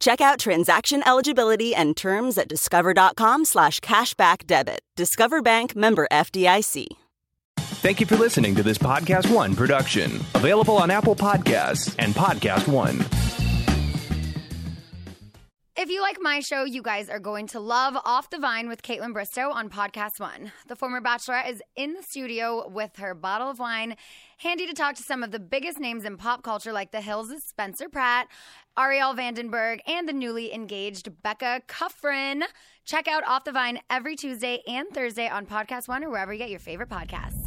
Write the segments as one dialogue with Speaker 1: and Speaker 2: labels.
Speaker 1: Check out transaction eligibility and terms at discover.com slash cashback debit. Discover Bank member FDIC.
Speaker 2: Thank you for listening to this Podcast One production, available on Apple Podcasts and Podcast One.
Speaker 3: If you like my show, you guys are going to love Off the Vine with Caitlin Bristow on Podcast One. The former bachelorette is in the studio with her bottle of wine, handy to talk to some of the biggest names in pop culture, like The Hills' Spencer Pratt, Ariel Vandenberg, and the newly engaged Becca Cuffrin. Check out Off the Vine every Tuesday and Thursday on Podcast One or wherever you get your favorite podcasts.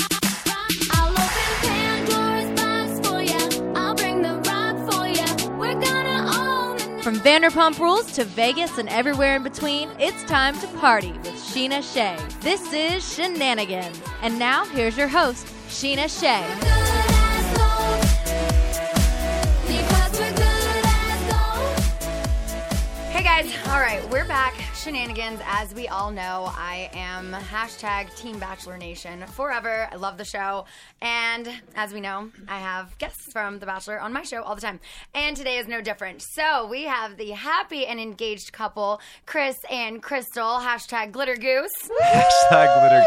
Speaker 4: I'll open Pandora's box for ya. I'll bring the rock for ya. We're gonna own the
Speaker 5: From Vanderpump Rules to Vegas and everywhere in between, it's time to party with Sheena Shea. This is Shenanigans. And now, here's your host, Sheena Shea.
Speaker 4: good as gold. Because we're good as gold.
Speaker 3: Hey guys, all right, we're back. Shenanigans, as we all know, I am hashtag Team Bachelor Nation forever. I love the show. And as we know, I have guests from The Bachelor on my show all the time. And today is no different. So we have the happy and engaged couple, Chris and Crystal, hashtag Glitter Goose.
Speaker 6: Hashtag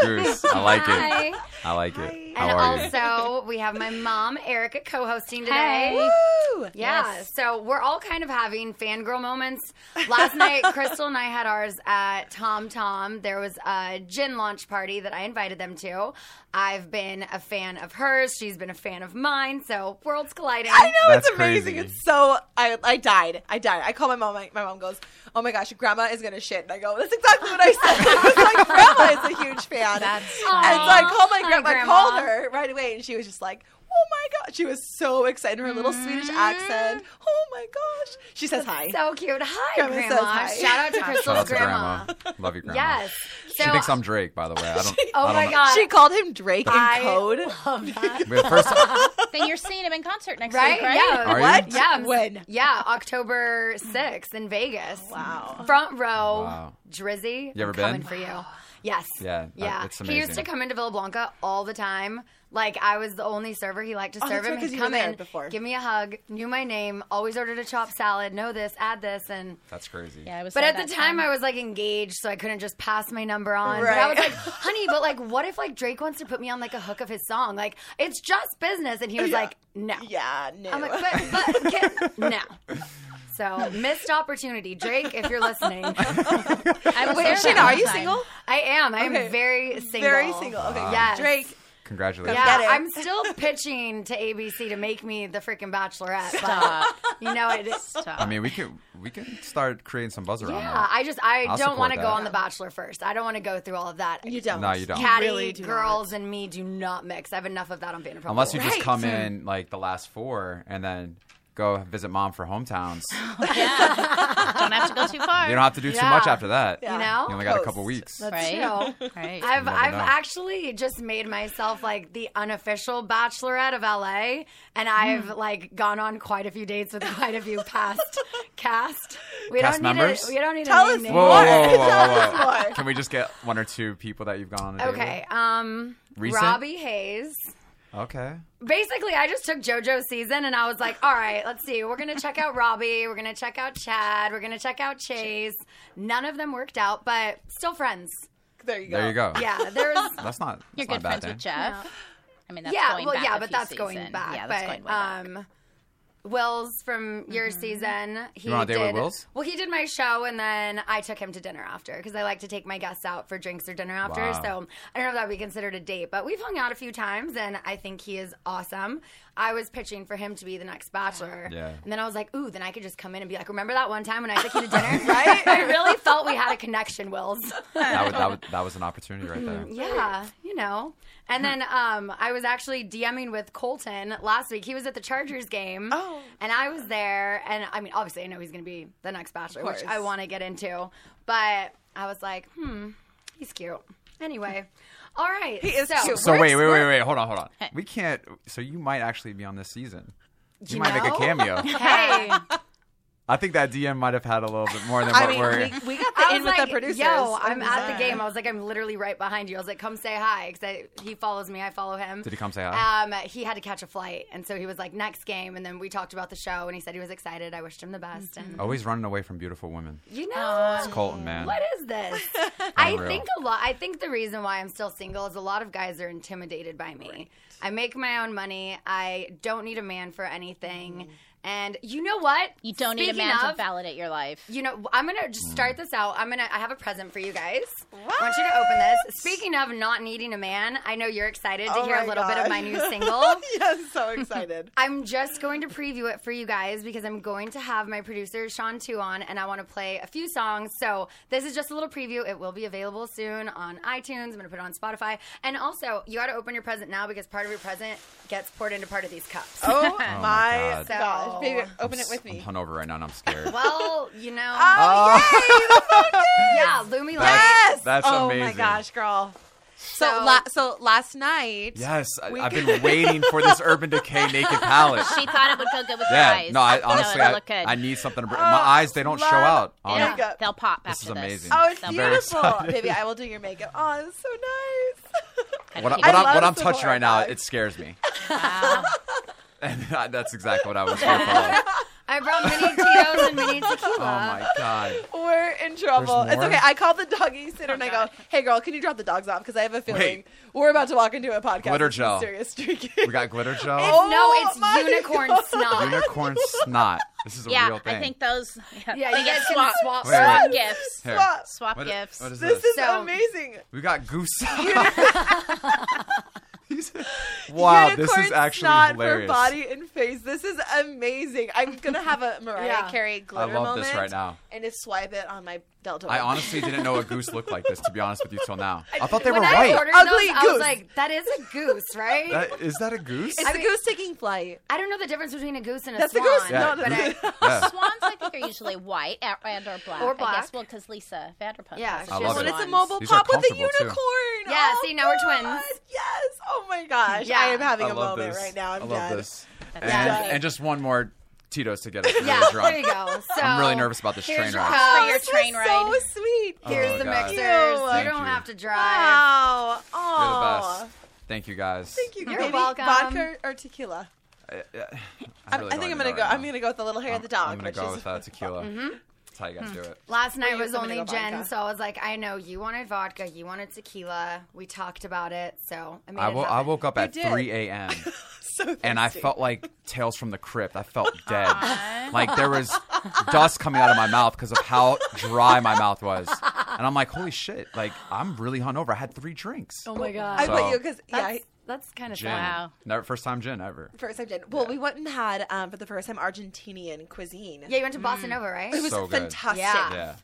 Speaker 6: glitter goose. I like
Speaker 4: Hi.
Speaker 6: it. I like it. How
Speaker 3: And
Speaker 6: are you?
Speaker 3: also, we have my mom, Erica, co hosting today. Yeah, so we're all kind of having fangirl moments. Last night, Crystal and I had ours at Tom Tom. There was a gin launch party that I invited them to. I've been a fan of hers. She's been a fan of mine. So worlds colliding.
Speaker 7: I know
Speaker 6: That's
Speaker 7: it's amazing.
Speaker 6: crazy.
Speaker 7: It's so I I died. I died. I call my mom. My, my mom goes, "Oh my gosh, grandma is gonna shit." And I go, "That's exactly what I said." It's like grandma is a huge fan.
Speaker 3: That's
Speaker 7: and so I
Speaker 3: Aw.
Speaker 7: called my
Speaker 3: Hi,
Speaker 7: grandma. I
Speaker 3: Grandma.
Speaker 7: called her right away, and she was just like. Oh my god, she was so excited. Her little Swedish
Speaker 3: Mm-hmm.
Speaker 7: accent. Oh my gosh, she says hi.
Speaker 3: So cute. Hi,
Speaker 7: Grandma
Speaker 3: Grandma.
Speaker 7: says hi.
Speaker 3: Shout out to
Speaker 6: Shout
Speaker 3: Crystal's
Speaker 6: out to
Speaker 3: grandma.
Speaker 6: grandma. Love your grandma.
Speaker 3: Yes. So,
Speaker 6: she thinks I'm Drake, by the way. I don't.
Speaker 3: oh
Speaker 6: I
Speaker 3: my
Speaker 6: don't
Speaker 3: God.
Speaker 7: she called him Drake in
Speaker 3: I
Speaker 7: code.
Speaker 6: Know. Wait, First,
Speaker 8: then you're seeing him in concert next
Speaker 3: Right?
Speaker 8: week, right?
Speaker 3: Yeah.
Speaker 6: Are you?
Speaker 7: what?
Speaker 3: Yeah.
Speaker 7: When?
Speaker 3: Yeah, October 6th in Vegas.
Speaker 7: Wow.
Speaker 3: Front row,
Speaker 6: Wow.
Speaker 3: Drizzy.
Speaker 6: You ever
Speaker 3: I'm coming
Speaker 6: been?
Speaker 3: for you. Yes.
Speaker 6: Yeah, that-
Speaker 3: Yeah.
Speaker 6: that's
Speaker 3: he used to
Speaker 6: amazing.
Speaker 3: come into Villa Blanca all the time. Like I was the only server he liked to
Speaker 7: Oh,
Speaker 3: serve
Speaker 7: that's
Speaker 3: him.
Speaker 7: right, 'cause
Speaker 3: He'd
Speaker 7: you were
Speaker 3: come
Speaker 7: there
Speaker 3: in,
Speaker 7: before.
Speaker 3: give me a hug, knew my name, always ordered a chopped salad, know this, add this, and.
Speaker 6: that's crazy.
Speaker 8: Yeah, I was
Speaker 3: But
Speaker 8: sad
Speaker 3: at the
Speaker 8: that
Speaker 3: time, I was like engaged, so I couldn't just pass my number on. But I was
Speaker 7: Right.
Speaker 3: like, honey, but like, what if like Drake wants to put me on like a hook of his song? Like, it's just business. And he was like, no.
Speaker 7: Yeah, no.
Speaker 3: I'm like, but, but get, no. So missed opportunity, Drake. If you're listening, I
Speaker 8: I was
Speaker 7: Wait,
Speaker 8: there that
Speaker 7: Sheena, are
Speaker 8: one
Speaker 7: you
Speaker 8: time.
Speaker 7: single?
Speaker 3: am. I am
Speaker 7: Okay.
Speaker 3: very single.
Speaker 7: Very single. Okay,
Speaker 3: Yes.
Speaker 7: Drake.
Speaker 6: Congratulations.
Speaker 7: Get
Speaker 3: Yeah,
Speaker 7: it.
Speaker 3: I'm still pitching to ABC to make me the freaking Bachelorette. Stop. you know it. Stop.
Speaker 6: I mean, we can we can start creating some buzz around
Speaker 3: Yeah,
Speaker 6: that.
Speaker 3: I just I
Speaker 6: I'll
Speaker 3: don't
Speaker 6: support
Speaker 3: want to go
Speaker 6: that.
Speaker 3: on The Bachelor first. I don't want to go through all of that.
Speaker 7: You don't.
Speaker 6: No, you don't.
Speaker 3: Caddy,
Speaker 7: really do not.
Speaker 3: girls, and me do not mix. I have enough of that on Vanderpump.
Speaker 6: Unless you
Speaker 3: Rules.
Speaker 6: just come in like the last four and then go visit mom for hometowns.
Speaker 8: Don't have to go too far.
Speaker 6: you don't have to do too
Speaker 3: Yeah.
Speaker 6: much after that.
Speaker 7: Yeah.
Speaker 3: you know,
Speaker 6: You only got a couple
Speaker 7: Coast.
Speaker 6: weeks.
Speaker 8: right?
Speaker 3: So,
Speaker 8: Right.
Speaker 3: I've
Speaker 6: never
Speaker 3: I've
Speaker 6: know.
Speaker 3: actually just made myself like the unofficial bachelorette of LA and I've like gone on quite a few dates with quite a few past cast. We
Speaker 6: Cast
Speaker 3: don't need
Speaker 6: members?
Speaker 3: A, we don't need
Speaker 7: Tell
Speaker 3: a
Speaker 7: us
Speaker 3: name.
Speaker 6: Whoa, whoa, whoa, whoa, whoa,
Speaker 7: Tell
Speaker 6: whoa.
Speaker 7: us more.
Speaker 6: Can we just get one or two people that you've gone on a date
Speaker 3: Okay. Um
Speaker 6: Recent?
Speaker 3: Robbie Hayes.
Speaker 6: with? Okay.
Speaker 3: basically I just took JoJo's season and I was like, all right, let's see. We're gonna check out Robbie, we're gonna check out Chad, we're gonna check out Chase. None of them worked out, but still friends.
Speaker 7: There you go.
Speaker 6: There you go.
Speaker 3: Yeah, there was
Speaker 6: That's not. That's
Speaker 8: You're
Speaker 6: not a bad
Speaker 8: good friends
Speaker 6: thing.
Speaker 8: with Jeff. I mean, that's
Speaker 3: yeah,
Speaker 8: going
Speaker 3: well,
Speaker 8: back
Speaker 3: yeah,
Speaker 8: a
Speaker 3: but
Speaker 8: few
Speaker 3: that's going
Speaker 8: season.
Speaker 3: back.
Speaker 8: Yeah, that's
Speaker 3: but,
Speaker 8: going way back. Mm-hmm.
Speaker 3: Um, Wills from your season. He
Speaker 6: went on a date
Speaker 3: did,
Speaker 6: with Wills?
Speaker 3: Well, he did my show, and then I took him to dinner after because I like to take my guests out for drinks or dinner after.
Speaker 6: Wow.
Speaker 3: So I don't know if that would be considered a date, but we've hung out a few times, and I think he is awesome. I was pitching for him to be the next Bachelor,
Speaker 6: Yeah.
Speaker 3: and then I was like, ooh, then I could just come in and be like, remember that one time when I took you to dinner? right? I really felt we had a connection, Wills.
Speaker 6: That was, that, was, that was an opportunity right there.
Speaker 3: Yeah, you know. And then um, I was actually DMing with Colton last week. He was at the Chargers game.
Speaker 7: Oh.
Speaker 3: And I was there. And I mean, obviously, I know he's going to be the next Bachelor, which
Speaker 7: course.
Speaker 3: I want to get into. But I was like, hmm, he's cute. Anyway, all right. He
Speaker 7: is
Speaker 3: so,
Speaker 7: cute.
Speaker 6: So wait, wait, wait, wait. Hold on, hold on. We can't. So you might actually be on this season. You, might make
Speaker 3: know?
Speaker 6: a cameo.
Speaker 3: Hey,
Speaker 6: I think that DM might have had a little bit more than
Speaker 7: I
Speaker 6: what we're.
Speaker 7: mean, we, we got
Speaker 3: I was
Speaker 7: the in with
Speaker 3: like,
Speaker 7: the producers.
Speaker 3: yo, I'm
Speaker 7: It was,
Speaker 3: at
Speaker 7: uh,
Speaker 3: the game. I was like, I'm literally right behind you. I was like, come say hi because he follows me. I follow him.
Speaker 6: Did he come say hi?
Speaker 3: Um, he had to catch a flight, and so he was like, "Next game." And then we talked about the show, and he said he was excited. I wished him the best,
Speaker 7: Mm-hmm. Oh.
Speaker 3: and
Speaker 6: Always Oh, running away from beautiful women.
Speaker 3: you know,
Speaker 6: It's Colton, man.
Speaker 3: what is this? I
Speaker 6: Unreal.
Speaker 3: think a lot. I think the reason why I'm still single is a lot of guys are intimidated by me. I make my own money. I don't need a man for
Speaker 7: Mm-hmm.
Speaker 3: anything. And you know what?
Speaker 8: you don't need a
Speaker 3: Speaking
Speaker 8: man to
Speaker 3: of-
Speaker 8: validate your life.
Speaker 3: you know, I'm gonna
Speaker 7: Mm.
Speaker 3: just start this out. I'm gonna. I have a present for you guys. I want you to open this. Speaking of not needing a man, I know you're excited to
Speaker 7: Oh
Speaker 3: hear a
Speaker 7: my
Speaker 3: little bit of
Speaker 7: God.
Speaker 3: my new single.
Speaker 7: yes, so excited.
Speaker 3: I'm just going to preview it for you guys because I'm going to have my producer Sean Tu on, and I want to play a few songs. So this is just a little preview. It will be available soon on iTunes. I'm going to put it on Spotify, and also you got to open your present now because part of your present gets poured into part of these cups.
Speaker 7: Oh,
Speaker 6: my
Speaker 7: my
Speaker 6: God.
Speaker 7: gosh, baby,
Speaker 3: So-
Speaker 7: open it with me.
Speaker 6: I'm hungover right now and I'm scared.
Speaker 3: Well, you know, yeah, Lumi. Lovett.
Speaker 6: That's- that's
Speaker 7: oh my
Speaker 6: amazing.
Speaker 7: gosh, girl. So,
Speaker 3: So-
Speaker 7: la- so last night.
Speaker 6: Yes, I,
Speaker 7: We-
Speaker 6: I've been waiting for this Urban Decay naked palette.
Speaker 8: She thought it would go good with
Speaker 6: yeah,
Speaker 8: your eyes.
Speaker 6: no, I
Speaker 8: No,
Speaker 6: honestly,
Speaker 8: it'll
Speaker 6: I,
Speaker 8: look good.
Speaker 6: I need something to. Br- my eyes, they don't show out.
Speaker 8: It'll-
Speaker 6: Honestly.
Speaker 7: Yeah. makeup.
Speaker 8: They'll pop
Speaker 6: This
Speaker 8: after
Speaker 6: is amazing.
Speaker 7: Oh, it's
Speaker 8: They'll
Speaker 6: very
Speaker 7: beautiful,
Speaker 6: excited.
Speaker 7: baby. I will do your makeup. Oh, it's so nice.
Speaker 6: What, I-
Speaker 8: I
Speaker 6: what, I
Speaker 7: love
Speaker 6: am what I'm
Speaker 7: Sephora
Speaker 6: touching right now,
Speaker 7: bags.
Speaker 6: it scares me.
Speaker 8: Wow.
Speaker 6: And I- that's exactly what I was here for. Oh
Speaker 3: I brought mini Tito's and mini
Speaker 7: Oh
Speaker 3: tequila.
Speaker 6: my god.
Speaker 7: We're in trouble. It's
Speaker 6: more?
Speaker 7: okay. I called the doggy sitter and I go, "Hey, girl, can you drop the dogs off? Because I have a feeling
Speaker 6: Wait.
Speaker 7: we're about to walk into a podcast.
Speaker 6: Glitter
Speaker 7: with some
Speaker 6: gel.
Speaker 7: Serious drinking.
Speaker 6: We got glitter gel,
Speaker 7: Oh
Speaker 3: no, it's
Speaker 7: my
Speaker 3: unicorn
Speaker 7: God.
Speaker 3: snot.
Speaker 6: unicorn snot. This is a
Speaker 8: yeah,
Speaker 6: real thing.
Speaker 8: I think those. Yeah,
Speaker 3: Yeah,
Speaker 8: they
Speaker 3: you
Speaker 8: get
Speaker 3: guys can
Speaker 8: swap,
Speaker 3: swap.
Speaker 6: Wait, wait.
Speaker 8: swap gifts.
Speaker 6: Here.
Speaker 8: Swap
Speaker 6: What i-
Speaker 8: gifts.
Speaker 6: what is this?
Speaker 7: This is
Speaker 3: So-
Speaker 7: amazing.
Speaker 6: we got goose. He's- wow, this is
Speaker 7: Unicorn
Speaker 6: actually
Speaker 7: snot
Speaker 6: hilarious.
Speaker 7: for body and face. This is amazing. I'm gonna have a Mariah
Speaker 3: Yeah.
Speaker 7: Carey glitter
Speaker 6: love this
Speaker 7: moment
Speaker 6: right now.
Speaker 7: and just swipe it on my deltoid.
Speaker 6: I honestly didn't know a goose looked like this. To be honest with you, till now, I thought they
Speaker 3: When
Speaker 6: were
Speaker 3: I
Speaker 6: white.
Speaker 3: ordered
Speaker 7: Ugly
Speaker 3: those, I was
Speaker 7: goose.
Speaker 3: like, that is a goose, right?
Speaker 6: That, is that a goose?
Speaker 7: It's
Speaker 3: I
Speaker 7: the
Speaker 3: mean-
Speaker 7: goose taking flight.
Speaker 3: I don't know the difference between a goose and a
Speaker 7: That's the
Speaker 3: swan.
Speaker 7: goose.
Speaker 6: Yeah,
Speaker 7: No,
Speaker 3: but
Speaker 7: that's-
Speaker 3: I,
Speaker 6: Yeah.
Speaker 8: Swans, I think, are usually white a- and or black.
Speaker 3: Or
Speaker 8: I
Speaker 3: black.
Speaker 8: guess, well, because Lisa Vanderpump.
Speaker 3: Yeah,
Speaker 8: has
Speaker 3: I
Speaker 8: shoe
Speaker 6: love
Speaker 8: on.
Speaker 6: it.
Speaker 7: But it's a
Speaker 6: Swans.
Speaker 7: mobile
Speaker 6: These are
Speaker 7: pop with a
Speaker 6: comfortable, too.
Speaker 7: unicorn.
Speaker 3: Yeah,
Speaker 7: Oh,
Speaker 3: see, now we're
Speaker 7: God.
Speaker 3: twins.
Speaker 7: Yes. Oh my gosh.
Speaker 3: Yeah.
Speaker 7: I am having
Speaker 6: I
Speaker 7: a
Speaker 6: love
Speaker 7: moment
Speaker 6: this.
Speaker 7: right now. I'm
Speaker 6: I love
Speaker 7: dead.
Speaker 6: this. And,
Speaker 3: Yeah.
Speaker 6: and just one more Tito's to get us really
Speaker 3: yeah,
Speaker 6: drunk.
Speaker 3: there you go. So
Speaker 6: I'm really nervous about this train
Speaker 3: here's your
Speaker 6: ride.
Speaker 8: For
Speaker 3: cup.
Speaker 8: your
Speaker 7: This was
Speaker 8: train ride.
Speaker 7: So sweet.
Speaker 3: Here's
Speaker 6: Oh,
Speaker 3: the
Speaker 6: God.
Speaker 3: mixers.
Speaker 7: Ew.
Speaker 3: You
Speaker 6: Thank
Speaker 3: don't
Speaker 6: you.
Speaker 3: have to
Speaker 7: Ah.
Speaker 3: drive.
Speaker 7: Wow.
Speaker 6: You're the
Speaker 7: Oh.
Speaker 6: best. Thank you guys.
Speaker 7: Thank you.
Speaker 3: You're
Speaker 7: Maybe
Speaker 3: welcome.
Speaker 7: Vodka or tequila?
Speaker 6: I,
Speaker 7: I think I'm gonna go. I'm gonna go with a little hair at the dog.
Speaker 6: I'm gonna
Speaker 7: which
Speaker 6: go
Speaker 7: is- Mm-hmm.
Speaker 6: with uh, tequila. That's how you guys do it.
Speaker 3: Last night
Speaker 7: you
Speaker 3: was
Speaker 7: gonna
Speaker 3: only
Speaker 7: go
Speaker 3: gin,
Speaker 7: vodka?
Speaker 3: so I was like, I know you wanted vodka, you wanted tequila. We talked about it, so I mean,
Speaker 6: I, wo- I woke up at
Speaker 7: did.
Speaker 6: 3 a.m.
Speaker 7: so
Speaker 6: and I
Speaker 7: thirsty.
Speaker 6: felt like Tales from the Crypt. I felt dead. like there was dust coming out of my mouth because of how dry my mouth was. And I'm like, holy shit! Like I'm really hungover. I had three drinks.
Speaker 3: Oh my god,
Speaker 7: I
Speaker 6: So-
Speaker 7: put you because yeah. I-
Speaker 3: that's, that's kind of
Speaker 6: gin.
Speaker 8: Wow.
Speaker 6: Never first time gin ever.
Speaker 7: First time gin. Well, we went and had um, for the first time Argentinian cuisine.
Speaker 3: Yeah, you went to Bossa Nova, right?
Speaker 7: It was
Speaker 6: So good.
Speaker 7: fantastic.
Speaker 3: Yeah.
Speaker 6: Yeah.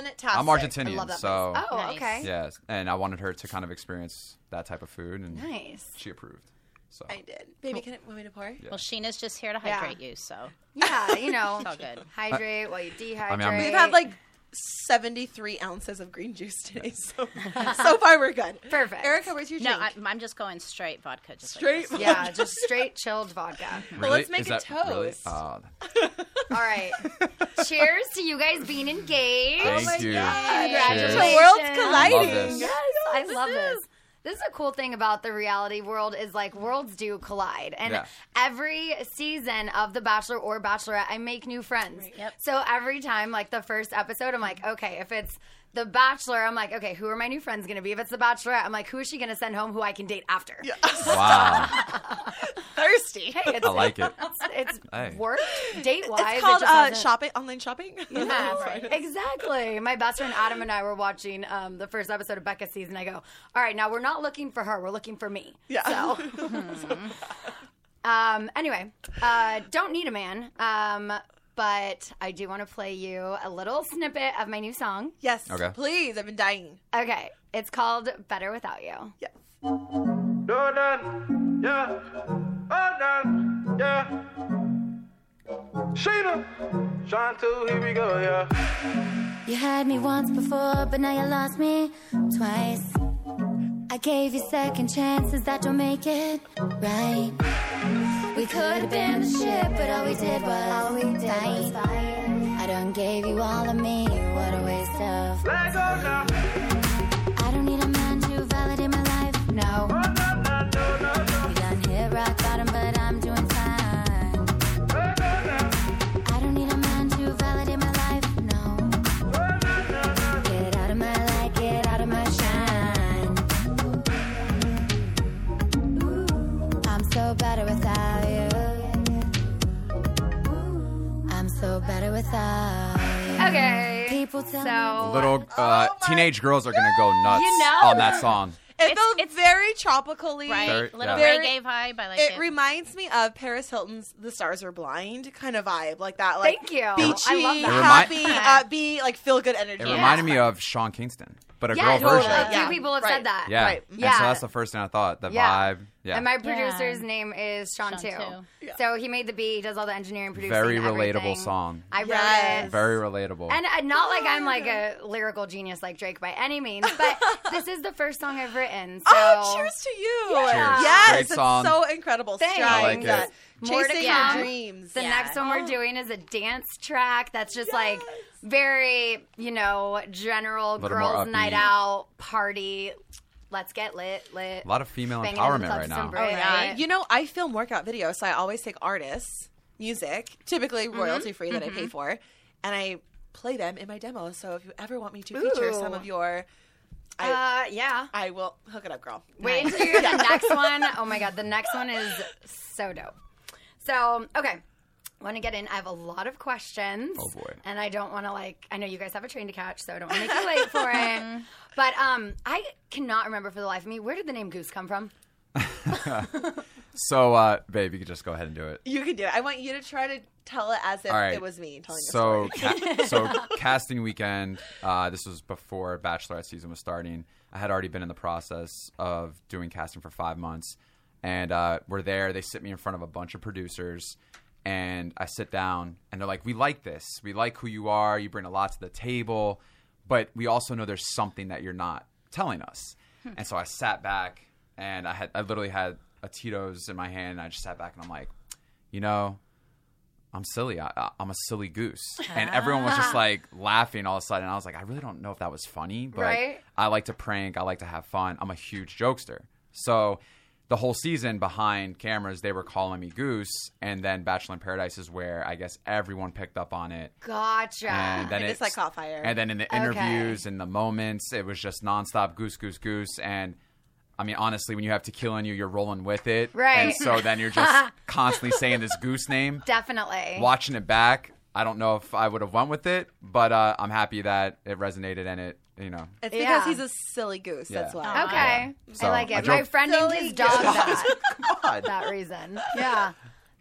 Speaker 7: Fantastic.
Speaker 6: I'm
Speaker 3: I love
Speaker 6: Argentinian,
Speaker 3: that
Speaker 6: so
Speaker 3: place. Oh,
Speaker 8: Nice.
Speaker 3: okay.
Speaker 6: yeah. And I wanted her to kind of experience that type of food, and
Speaker 3: Nice.
Speaker 6: she approved. So
Speaker 7: I did. Baby, can it want me to pour?
Speaker 8: Well, Sheena's just here to hydrate you, so
Speaker 3: Yeah, you know,
Speaker 8: it's all good.
Speaker 3: hydrate while you dehydrate.
Speaker 6: mean, I'm-
Speaker 7: We've had like 73 ounces of green juice today, so so far we're good.
Speaker 3: Perfect.
Speaker 7: Erica, where's your
Speaker 8: No,
Speaker 7: drink?
Speaker 8: I, I'm just going straight vodka. Just
Speaker 7: Straight.
Speaker 8: Like
Speaker 3: yeah, just straight chilled vodka.
Speaker 6: Really?
Speaker 7: let's make
Speaker 6: Is
Speaker 7: a
Speaker 6: that really?
Speaker 7: toast. Oh
Speaker 6: Uh,
Speaker 3: All right, cheers to you guys being engaged.
Speaker 6: thank you.
Speaker 7: God.
Speaker 6: Cheers.
Speaker 3: Congratulations.
Speaker 7: The world's
Speaker 3: Love
Speaker 7: colliding.
Speaker 6: this.
Speaker 3: Yes, I love this. This is a cool thing about the reality world is like worlds do collide, and
Speaker 6: Yeah.
Speaker 3: every season of The Bachelor or Bachelorette, I make new friends. So every time, like the first episode, I'm like, okay, if it's The Bachelor, I'm like, okay, who are my new friends going to be? If it's The Bachelorette, I'm like, who is she going to send home who I can date after?
Speaker 6: Wow.
Speaker 7: Thirsty.
Speaker 3: Hey, it's,
Speaker 6: I like it.
Speaker 3: It's,
Speaker 6: Hey.
Speaker 3: it's work date wise.
Speaker 7: It's called uh, shopping, online shopping.
Speaker 3: Yeah, exactly. My best friend Adam and I were watching um, the first episode of Becca's season. I go, all right, now we're not looking for her, we're looking for me.
Speaker 7: Yeah.
Speaker 3: So, um, anyway, uh, don't need a man, um, but I do want to play you a little snippet of my new song.
Speaker 7: yes.
Speaker 6: Okay.
Speaker 7: Please, I've been dying.
Speaker 3: Okay, it's called Better Without You.
Speaker 7: Yes.
Speaker 9: No done, yeah. Oh done, yeah. Sheena, Sean two, here we go, yeah.
Speaker 4: You had me once before, but now you lost me twice. I gave you second chances that don't make it right. We could have been the ship, but all we did was all we did fight. I done gave you all of me. What a waste of.
Speaker 9: Let go now.
Speaker 4: I don't need a man to validate my life. No.
Speaker 9: Oh, no, no, no, no, no.
Speaker 4: We done hit rock bottom, but I'm doing fine.
Speaker 9: Let go now.
Speaker 4: I don't need a man to validate my life. No.
Speaker 9: Oh, no, no, no, no.
Speaker 4: Get out of my light, get out of my shine. I'm so better without you. I'm so better without you.
Speaker 3: Okay.
Speaker 4: People tell me
Speaker 3: So,
Speaker 6: Little uh, teenage girls are gonna go nuts
Speaker 3: Oh You know?
Speaker 6: on that song.
Speaker 7: It
Speaker 8: It's-
Speaker 7: felt
Speaker 8: it's-
Speaker 7: very tropically.
Speaker 8: Right,
Speaker 6: Very- yeah.
Speaker 8: little
Speaker 7: Very-
Speaker 8: reggae vibe. I like
Speaker 7: It
Speaker 8: it.
Speaker 7: reminds me of Paris Hilton's "The Stars Are Blind" kind of vibe, like that, like
Speaker 3: thank you. I
Speaker 7: beachy,
Speaker 3: love that.
Speaker 6: that. It
Speaker 7: happy,
Speaker 6: remi-
Speaker 7: happy, like feel good energy.
Speaker 6: It reminded me of Sean Kingston, but a
Speaker 3: Yeah,
Speaker 6: girl
Speaker 3: totally.
Speaker 6: version.
Speaker 3: A few
Speaker 7: Yeah.
Speaker 3: people have
Speaker 7: Right.
Speaker 3: said that.
Speaker 6: Yeah.
Speaker 7: Right.
Speaker 6: And
Speaker 3: Yeah.
Speaker 6: so that's the first thing I thought. The
Speaker 3: Yeah.
Speaker 6: vibe. Yeah.
Speaker 3: And my
Speaker 8: Yeah.
Speaker 3: producer's name is Sean,
Speaker 8: Sean
Speaker 3: too.
Speaker 8: too.
Speaker 3: So he made the beat, he does all the engineering, producing,
Speaker 6: Very relatable
Speaker 3: everything.
Speaker 6: song.
Speaker 3: I wrote
Speaker 7: Yes.
Speaker 3: it.
Speaker 6: Very relatable.
Speaker 3: And uh, not like I'm like a lyrical genius like Drake by any means, but this is the first song I've written. So
Speaker 7: Oh, cheers to you!
Speaker 6: Cheers.
Speaker 7: Yes,
Speaker 6: Great
Speaker 7: it's
Speaker 6: song.
Speaker 7: so incredible.
Speaker 3: Thanks.
Speaker 7: Strive,
Speaker 3: I
Speaker 6: like it.
Speaker 7: that-
Speaker 3: More to
Speaker 7: chasing
Speaker 3: come.
Speaker 7: your dreams. Oh.
Speaker 3: The next one we're doing is a dance track that's just like very, you know, general
Speaker 6: Little more
Speaker 3: girls' night
Speaker 6: upbeat.
Speaker 3: out party. Let's get lit, lit.
Speaker 6: a lot of female
Speaker 3: Banging in the
Speaker 6: empowerment
Speaker 3: club
Speaker 6: right now.
Speaker 3: sombrero. Right.
Speaker 7: Oh, You know, I film workout videos, so I always take artists' music, typically
Speaker 3: Mm-hmm.
Speaker 7: royalty free that I pay for, and I play them in my demos. So if you ever want me to feature some
Speaker 3: Ooh.
Speaker 7: of your,
Speaker 3: uh, yeah.
Speaker 7: I will hook it up, girl.
Speaker 3: Wait until you hear the next one. Oh my god, the next one is so dope. So okay, want to get in? I have a lot of questions.
Speaker 6: Oh, boy.
Speaker 3: And I don't want to like. I know you guys have a train to catch, so I don't want to make you late for
Speaker 6: Mm-hmm.
Speaker 3: it. But um, I cannot remember for the life of me where did the name Goose come from.
Speaker 6: So, uh, babe, you could just go ahead and do it.
Speaker 7: You can do it. I want you to try to tell it as if
Speaker 6: All right.
Speaker 7: it was me telling
Speaker 6: so,
Speaker 7: the story.
Speaker 6: ca- so casting weekend. Uh, this was before Bachelorette season was starting. I had already been in the process of doing casting for five months, and uh, we're there. They sit me in front of a bunch of producers, and I sit down, and they're like, "We like this. We like who you are. You bring a lot to the table, but we also know there's something that you're not telling us."
Speaker 7: Hmm.
Speaker 6: And so I sat back, and I had I literally had a Tito's in my hand, and I just sat back, and I'm like, you know. I'm silly. I- I, I'm a silly goose. And
Speaker 7: Ah.
Speaker 6: everyone was just like laughing all of a sudden. I was like, I really don't know if that was funny, but
Speaker 3: Right.
Speaker 6: I like to prank. I like to have fun. I'm a huge jokester. So the whole season behind cameras, they were calling me goose. And then Bachelor in Paradise is where I guess everyone picked up on it.
Speaker 3: Gotcha.
Speaker 6: And then
Speaker 7: I guess
Speaker 6: it's
Speaker 7: I caught fire.
Speaker 6: And then in the interviews and the moments, it was just nonstop goose, goose, goose. And I mean, honestly, when you have tequila in you, you're rolling with it.
Speaker 3: Right.
Speaker 6: And so then you're just constantly saying this goose name
Speaker 3: Definitely.
Speaker 6: watching it back, I don't know if I would have went with it, but uh, I'm happy that it resonated and it, you know.
Speaker 7: it's
Speaker 3: Yeah.
Speaker 7: because he's a silly goose. That's
Speaker 6: Yeah.
Speaker 7: why.
Speaker 3: Okay,
Speaker 6: So,
Speaker 3: I like
Speaker 6: I
Speaker 3: it.
Speaker 6: drove-
Speaker 3: My friend named his dog that.
Speaker 6: God.
Speaker 3: that reason. Yeah.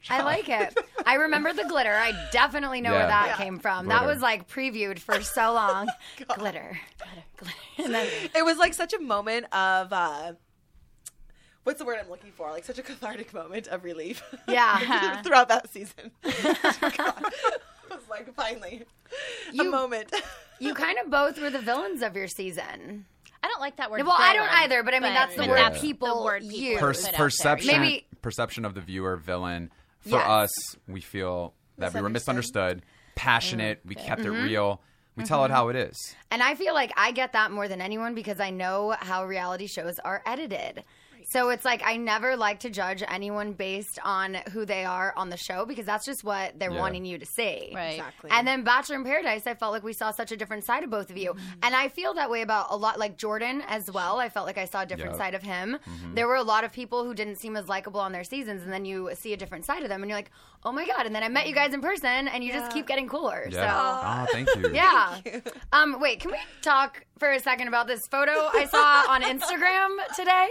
Speaker 3: I like it. I remember the glitter. I definitely know where
Speaker 6: Yeah.
Speaker 3: that
Speaker 6: Yeah.
Speaker 3: came from. That
Speaker 6: Glitter.
Speaker 3: was like previewed for so long. glitter. Glitter. Glitter. And then
Speaker 7: It was like such a moment of. uh What's the word I'm looking for? Like such a cathartic moment of relief.
Speaker 3: Yeah.
Speaker 7: Throughout that season. Oh, it was like finally a moment.
Speaker 3: you kind of both were the villains of your season.
Speaker 8: I don't like that word.
Speaker 3: Well, I don't
Speaker 8: villain,
Speaker 3: either, but I mean, that's the word
Speaker 8: that's
Speaker 3: people
Speaker 8: the word
Speaker 3: use.
Speaker 8: would
Speaker 6: Pers-
Speaker 8: put out there.
Speaker 6: perception,
Speaker 3: Maybe-
Speaker 6: perception of the viewer villain. For
Speaker 3: Yes.
Speaker 7: Mm-hmm.
Speaker 6: us, we feel that we were misunderstood, passionate. We kept it real. We tell it how it is.
Speaker 3: And I feel like I get that more than anyone because I know how reality shows are edited. So it's like I never like to judge anyone based on who they are on the show because that's just what they're
Speaker 6: Yeah.
Speaker 3: wanting you to see.
Speaker 8: Right.
Speaker 7: Exactly.
Speaker 3: And then Bachelor in Paradise, I felt like we saw such a different side of both of you. And I feel that way about a lot, like Jordan as well. I felt like I saw a different
Speaker 6: Yeah. Mm-hmm.
Speaker 3: side of him. There were a lot of people who didn't seem as likable on their seasons, and then you see a different side of them, and you're like, oh my God. And then I met you guys in person, and you just keep getting cooler. So.
Speaker 6: Yeah. Oh, thank you.
Speaker 3: Yeah. Um, wait, can we talk for a second about this photo I saw on Instagram today?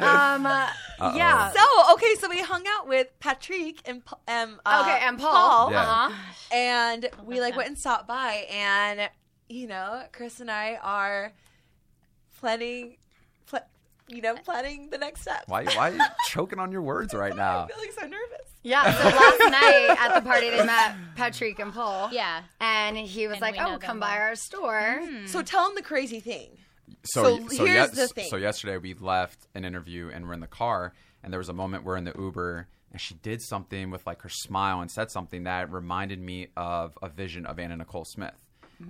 Speaker 3: um, uh, yeah.
Speaker 7: So okay, so we hung out with Patrick and Pa- um, uh,
Speaker 3: okay, and Paul.
Speaker 6: Yeah.
Speaker 3: Uh-huh.
Speaker 7: and we like went and stopped by, and you know, Chris and I are planning, pl- you know, planning the next step.
Speaker 6: Why, why are you choking on your words right now?
Speaker 7: I'm feeling so nervous.
Speaker 3: Yeah, so last night at the party they met Patrick and Paul.
Speaker 8: Yeah.
Speaker 3: And he was
Speaker 8: And
Speaker 3: like,
Speaker 8: we know
Speaker 3: "Oh, come
Speaker 8: them
Speaker 3: by
Speaker 8: well." Mm-hmm.
Speaker 3: our store."
Speaker 7: So tell him the crazy thing. So here's the thing.
Speaker 6: So yesterday we left an interview and we're in the car, and there was a moment we're in the Uber, and she did something with like her smile and said something that reminded me of a vision of Anna Nicole Smith.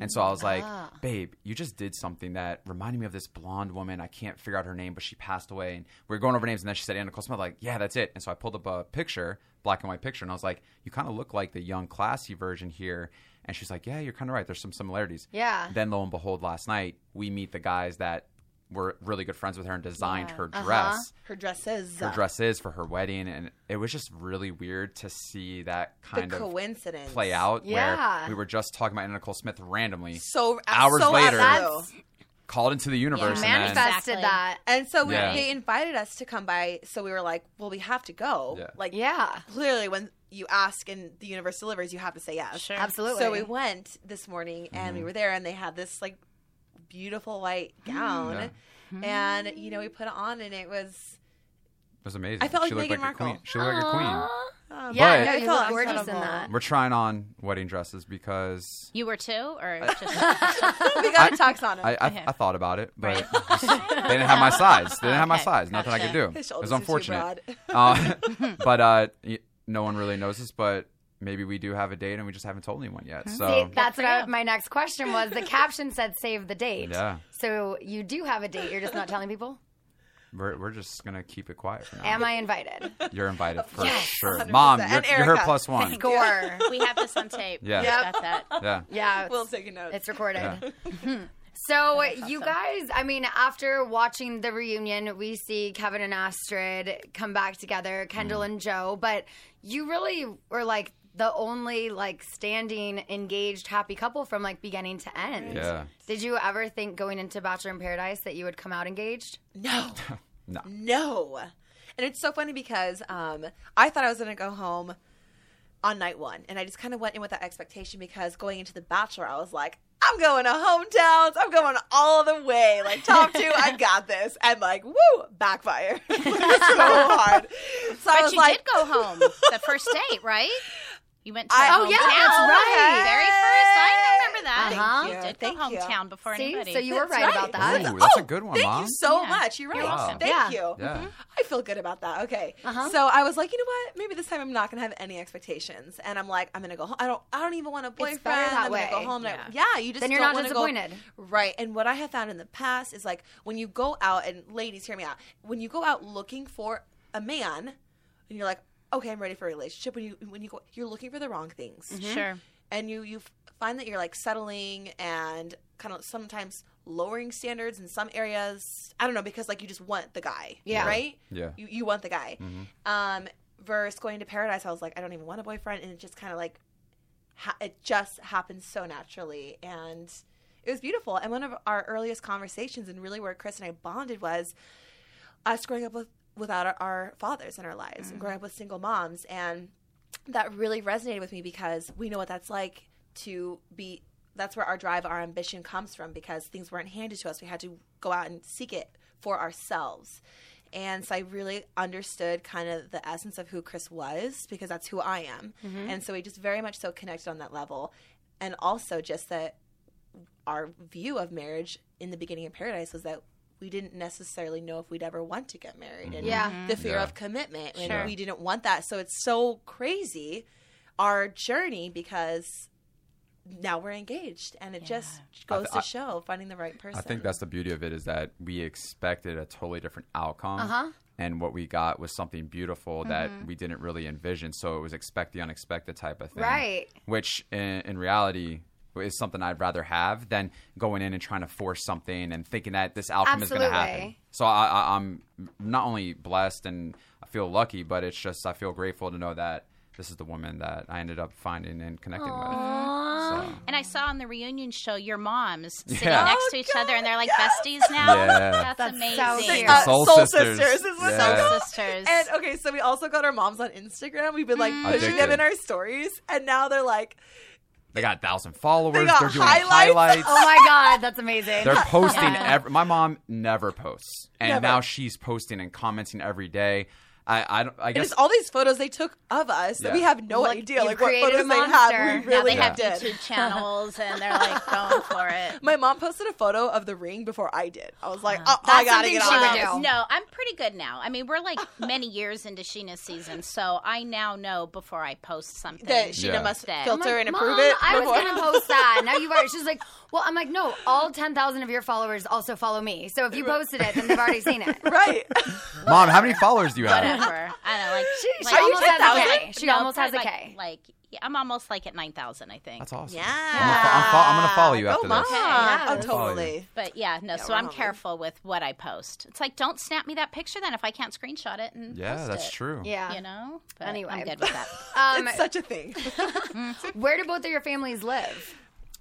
Speaker 6: And so I was like, babe, you just did something that reminded me of this blonde woman. I can't figure out her name, but she passed away. And we were going over names, and then she said Anna Nicole Smith. I'm like, yeah, that's it. And so I pulled up a picture, black and white picture, and I was like, you kind of look like the young, classy version here. And she's like, yeah, you're kind of right. There's some similarities.
Speaker 3: Yeah.
Speaker 6: Then lo and behold, last night we meet the guys that were really good friends with her and designed her
Speaker 7: Uh-huh.
Speaker 6: dress,
Speaker 7: Her dresses. uh,
Speaker 6: her dresses for her wedding, and it was just really weird to see that
Speaker 7: The
Speaker 6: kind of
Speaker 7: coincidence.
Speaker 6: play out.
Speaker 3: Yeah.
Speaker 6: Where we were just talking about Anna Nicole Smith randomly,
Speaker 7: So uh,
Speaker 6: Hours
Speaker 7: so
Speaker 6: later.
Speaker 7: out of the
Speaker 3: That's
Speaker 7: blue.
Speaker 6: called into the universe, and then
Speaker 3: Manifested
Speaker 8: Exactly.
Speaker 3: that.
Speaker 7: And so we,
Speaker 6: Yeah.
Speaker 7: they invited us to come by. So we were like, well, we have to go.
Speaker 6: Yeah.
Speaker 7: Like,
Speaker 3: Yeah.
Speaker 7: clearly, when you ask and the universe delivers, you have to say yes.
Speaker 8: Sure.
Speaker 3: Absolutely.
Speaker 7: So we went this morning and
Speaker 6: Mm-hmm.
Speaker 7: we were there and they had this like beautiful white gown. And, you know, we put it on and it was.
Speaker 6: it was amazing.
Speaker 7: I felt like
Speaker 6: she looked
Speaker 7: Meghan
Speaker 6: like
Speaker 7: Markle.
Speaker 6: a queen. She looked like a queen.
Speaker 3: Yeah,
Speaker 7: Um,
Speaker 6: But-
Speaker 3: no,
Speaker 7: I
Speaker 3: you
Speaker 7: felt
Speaker 3: look gorgeous in
Speaker 7: incredible.
Speaker 3: that.
Speaker 6: We're trying on wedding dresses because
Speaker 8: You were too, or just
Speaker 7: we got a tux on him.
Speaker 6: I, I, I thought about it, but they didn't have my size. They didn't have my
Speaker 8: Okay,
Speaker 6: size. Nothing I could do.
Speaker 7: His
Speaker 6: it
Speaker 7: shoulders
Speaker 6: was
Speaker 7: are too
Speaker 6: unfortunate.
Speaker 7: broad.
Speaker 6: Uh, but uh, y- no one really knows this, but maybe we do have a date and we just haven't told anyone yet. So
Speaker 3: See, that's
Speaker 8: for
Speaker 3: what I-
Speaker 8: you.
Speaker 3: my next question was. The caption said, "Save the date."
Speaker 6: Yeah.
Speaker 3: So you do have a date. You're just not telling people.
Speaker 6: we're, we're just going to keep it quiet for now.
Speaker 3: Am I invited?
Speaker 6: You're invited for
Speaker 3: Yes,
Speaker 6: sure.
Speaker 7: 100%.
Speaker 6: Mom,
Speaker 7: And
Speaker 6: you're, you're her
Speaker 7: Erica.
Speaker 6: plus one.
Speaker 3: Gore.
Speaker 8: we have this on tape.
Speaker 6: Yeah.
Speaker 8: We've got that.
Speaker 6: Yeah.
Speaker 3: Yeah.
Speaker 7: We'll take a note.
Speaker 3: It's recorded. Hmm. So you guys, I mean, after watching the reunion, we see Kevin and Astrid come back together,
Speaker 6: Mm.
Speaker 3: Kendall and Joe, but you really were like the only like standing engaged happy couple from like beginning to end.
Speaker 6: Yeah.
Speaker 3: Did you ever think going into Bachelor in Paradise that you would come out engaged?
Speaker 7: No.
Speaker 6: No.
Speaker 7: No. And it's so funny because um, I thought I was going to go home on night one. And I just kind of went in with that expectation because going into The Bachelor, I was like, I'm going to hometowns. I'm going all the way. Like, top two, I got this. And like, woo, backfire. so hard. So I
Speaker 8: But
Speaker 7: was
Speaker 8: you
Speaker 7: like,
Speaker 8: did go home the first date, right? You went to
Speaker 7: I-
Speaker 8: the
Speaker 7: Oh, yeah,
Speaker 8: hometown.
Speaker 7: that's right.
Speaker 8: Very first. I remember that.
Speaker 7: Uh-huh.
Speaker 8: You did
Speaker 7: Thank
Speaker 8: go
Speaker 7: you.
Speaker 8: hometown before
Speaker 3: See?
Speaker 8: anybody.
Speaker 3: So you were
Speaker 7: That's
Speaker 3: right, about that.
Speaker 6: Ooh, that's a good one,
Speaker 7: Thank
Speaker 6: Mom.
Speaker 7: you so
Speaker 8: Yeah.
Speaker 7: much. You're right.
Speaker 6: You're welcome.
Speaker 7: Thank
Speaker 3: Yeah.
Speaker 7: you.
Speaker 6: Yeah. Mhm.
Speaker 7: I feel good about that. Okay. So I was like, you know what? Maybe this time I'm not gonna have any expectations, and I'm like, I'm gonna go home. I don't. I don't even want a
Speaker 3: better
Speaker 7: boyfriend.
Speaker 3: that
Speaker 7: I'm gonna
Speaker 3: way.
Speaker 7: go home. and I- Yeah. you just
Speaker 3: Then you're
Speaker 7: don't
Speaker 3: not
Speaker 7: wanna
Speaker 3: disappointed.
Speaker 7: Go, right. And what I have found in the past is like when you go out and ladies, hear me out. When you go out looking for a man, and you're like, okay, I'm ready for a relationship. When you when you go, you're looking for the wrong things
Speaker 8: Sure.
Speaker 7: and you you f- find that you're like settling and kind of sometimes lowering standards in some areas. I don't know because like you just want the guy,
Speaker 3: Yeah.
Speaker 7: right?
Speaker 6: Yeah.
Speaker 7: you, you want the guy. Um, versus going to paradise, I was like, I don't even want a boyfriend, and it just kind of like ha- it just happened so naturally and. It was beautiful. And one of our earliest conversations, and really where Chris and I bonded, was us growing up with without our, our fathers in our lives and growing up with single moms and that really resonated with me because we know what that's like to be that's where our drive our ambition comes from because things weren't handed to us we had to go out and seek it for ourselves and so i really understood kind of the essence of who chris was because that's who i am and so we just very much so connected on that level and also just that our view of marriage in the beginning of paradise was that we didn't necessarily know if we'd ever want to get married and
Speaker 3: Yeah.
Speaker 7: the fear
Speaker 6: Yeah.
Speaker 7: of commitment and
Speaker 6: Sure.
Speaker 7: we didn't want that so it's so crazy our journey because now we're engaged, and it just
Speaker 6: I
Speaker 7: goes
Speaker 6: th- I-
Speaker 7: to show finding the right person.
Speaker 6: I think that's the beauty of it is that we expected a totally different outcome.
Speaker 8: Uh-huh.
Speaker 6: And what we got was something beautiful that we didn't really envision. So it was expect the unexpected type of thing.
Speaker 3: Right.
Speaker 6: Which in, in reality is something I'd rather have than going in and trying to force something and thinking that this outcome is going to happen.
Speaker 3: Absolutely.
Speaker 6: So I, I, I'm not only blessed and I feel lucky, but it's just I feel grateful to know that this is the woman that I ended up finding and connecting with. So.
Speaker 8: And I saw on the reunion show your moms sitting
Speaker 6: Yeah. Oh,
Speaker 8: next to each other and they're like besties now.
Speaker 6: Yeah.
Speaker 8: That's,
Speaker 3: so
Speaker 8: amazing.
Speaker 3: cute.
Speaker 7: Uh,
Speaker 6: Soul
Speaker 7: Soul,
Speaker 6: Sisters.
Speaker 7: Sisters. is what it's
Speaker 6: Soul
Speaker 7: called.
Speaker 8: Sisters.
Speaker 7: And okay, so we also got our moms on Instagram. We've been like pushing
Speaker 6: Addicted.
Speaker 7: them in our stories, and now they're like,
Speaker 6: They got a thousand followers.
Speaker 7: got
Speaker 6: are doing
Speaker 7: highlights.
Speaker 6: highlights.
Speaker 3: Oh my God, that's amazing.
Speaker 6: They're posting every. My mom never posts, and
Speaker 7: Never.
Speaker 6: now she's posting and commenting every day. I I, don't- I
Speaker 7: and
Speaker 6: guess
Speaker 7: it's all these photos they took of us that we
Speaker 6: Yeah.
Speaker 7: have no idea
Speaker 3: you've
Speaker 7: like what
Speaker 3: created a
Speaker 7: photos they
Speaker 3: monster.
Speaker 7: had. We
Speaker 8: now
Speaker 7: really
Speaker 8: they have
Speaker 7: did.
Speaker 8: YouTube channels and they're like going for it.
Speaker 7: My mom posted a photo of the ring before I did. I was like, oh,
Speaker 3: That's
Speaker 7: I gotta
Speaker 3: something
Speaker 7: get
Speaker 3: she
Speaker 7: on
Speaker 3: would
Speaker 7: that.
Speaker 3: do.
Speaker 8: No, I'm pretty good now. I mean, we're like many years into Sheena's season, so I now know before I post something.
Speaker 7: That Sheena
Speaker 6: Yeah.
Speaker 7: must
Speaker 8: That-
Speaker 7: filter
Speaker 3: Like,
Speaker 7: and
Speaker 3: Mom,
Speaker 7: approve it.
Speaker 3: I was
Speaker 7: before-
Speaker 3: gonna post that. Now you've already. She's like, well, I'm like, no. All ten thousand of your followers also follow me. So if you posted it, then they've already seen it.
Speaker 7: right.
Speaker 6: mom, how many followers do you have?
Speaker 8: Whatever. I don't know, like.
Speaker 3: She, she
Speaker 8: like-
Speaker 3: almost has a K.
Speaker 8: 10,000?
Speaker 3: She
Speaker 8: No,
Speaker 3: almost has a
Speaker 8: probably
Speaker 3: K.
Speaker 8: Like, like yeah, I'm almost like at nine thousand, I think.
Speaker 6: That's awesome.
Speaker 7: Yeah.
Speaker 6: I'm gonna, fo- I'm, fo- I'm gonna follow you
Speaker 7: Go
Speaker 6: after
Speaker 7: mom.
Speaker 6: this.
Speaker 7: Oh, totally.
Speaker 8: But yeah, no. so
Speaker 7: we're
Speaker 8: I'm
Speaker 7: hungry.
Speaker 8: careful with what I post. It's like, don't snap me that picture then if I can't screenshot it and
Speaker 6: Yeah,
Speaker 8: post
Speaker 6: that's
Speaker 8: it,
Speaker 6: true.
Speaker 3: yeah.
Speaker 8: You know. But
Speaker 3: Anyway.
Speaker 8: I'm good with that.
Speaker 3: Um,
Speaker 7: It's such a thing.
Speaker 3: where do both of your families live?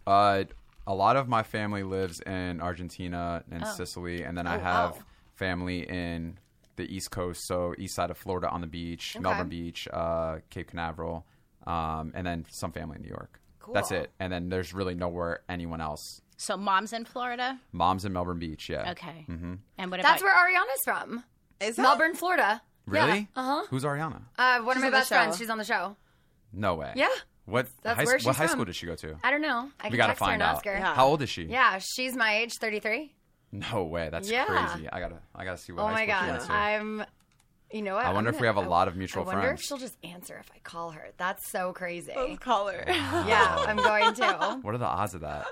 Speaker 6: Uh, a lot of my family lives in Argentina and
Speaker 7: Oh.
Speaker 6: Sicily, and then I have family in the East Coast, so east side of Florida on the beach, Melbourne Beach, uh, Cape Canaveral, um, and then some family in New York. That's it. And then there's really nowhere anyone else.
Speaker 8: so mom's in Florida.
Speaker 6: Mom's in Melbourne Beach, yeah. Mm-hmm.
Speaker 8: Okay. And what
Speaker 3: That's
Speaker 8: about
Speaker 3: where Ariana's from.
Speaker 7: Is that-
Speaker 3: Melbourne, Florida.
Speaker 6: Really? Uh-huh. Who's Ariana?
Speaker 3: Uh, one of
Speaker 7: She's
Speaker 3: my
Speaker 7: on the
Speaker 3: best friends.
Speaker 7: show.
Speaker 3: She's on the show.
Speaker 6: No way.
Speaker 3: Yeah.
Speaker 6: What
Speaker 3: That's
Speaker 6: high,
Speaker 3: where
Speaker 6: s- what
Speaker 3: she's
Speaker 6: high
Speaker 3: from.
Speaker 6: school did she go to?
Speaker 3: I don't know. I can
Speaker 6: we gotta
Speaker 3: text her
Speaker 6: find
Speaker 3: and
Speaker 6: out.
Speaker 3: ask her.
Speaker 6: How old is she?
Speaker 3: Yeah, she's my age, 33.
Speaker 6: No way. That's
Speaker 3: Yeah.
Speaker 6: crazy. I gotta I gotta see what
Speaker 3: Oh
Speaker 6: high
Speaker 3: my
Speaker 6: school she
Speaker 3: god,
Speaker 6: went to.
Speaker 3: I'm. You know what?
Speaker 6: I wonder
Speaker 3: I'm
Speaker 6: if we have a
Speaker 3: I-
Speaker 6: lot of mutual
Speaker 3: I wonder if
Speaker 6: friends.
Speaker 3: she'll just answer if I call her. That's so crazy.
Speaker 7: Oh. Color.
Speaker 3: Yeah, I'm going to.
Speaker 6: What are the odds of that?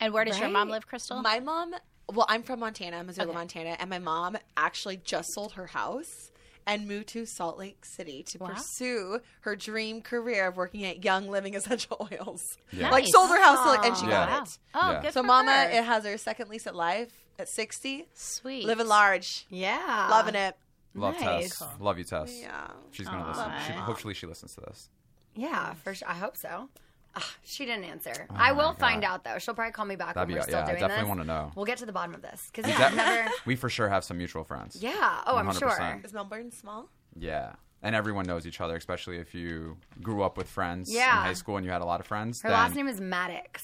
Speaker 8: and where does your mom
Speaker 3: Right.
Speaker 8: live, Crystal?
Speaker 7: My mom, well, I'm from Montana, Missoula, Montana, and my mom actually just sold her house and moved to Salt Lake City to pursue her dream career of working at Young Living Essential Oils.
Speaker 6: Yeah.
Speaker 7: Like
Speaker 8: Nice.
Speaker 7: sold her house to like, and she
Speaker 6: Yeah.
Speaker 7: got it.
Speaker 8: oh,
Speaker 6: Yeah.
Speaker 8: good
Speaker 7: So
Speaker 8: for
Speaker 7: mama,
Speaker 8: her.
Speaker 7: it has her second lease at life at 60.
Speaker 8: sweet.
Speaker 7: Living large,
Speaker 3: Yeah,
Speaker 7: loving it.
Speaker 6: Love
Speaker 3: Nice. Oh
Speaker 6: Tess. Love you, Tess.
Speaker 7: Yeah.
Speaker 6: She's gonna listen. She, hopefully, she listens to this.
Speaker 3: Yeah, for sure. I hope so. Ugh, she didn't answer. I will find out though. She'll probably call me back
Speaker 6: Oh
Speaker 3: when
Speaker 6: That'd be-
Speaker 3: we're still
Speaker 6: yeah, I
Speaker 3: doing
Speaker 6: definitely
Speaker 3: this.
Speaker 6: wanna know.
Speaker 3: We'll get to the bottom of this because yeah,
Speaker 6: that-
Speaker 3: I've never.
Speaker 6: We for sure have some mutual friends.
Speaker 3: Yeah. Oh, I'm sure.
Speaker 6: 100%.
Speaker 7: Is Melbourne small?
Speaker 6: Yeah. And everyone knows each other, especially if you grew up with friends
Speaker 3: Yeah.
Speaker 6: in high school and you had a lot of friends.
Speaker 3: Her
Speaker 6: then
Speaker 3: last name is Maddox.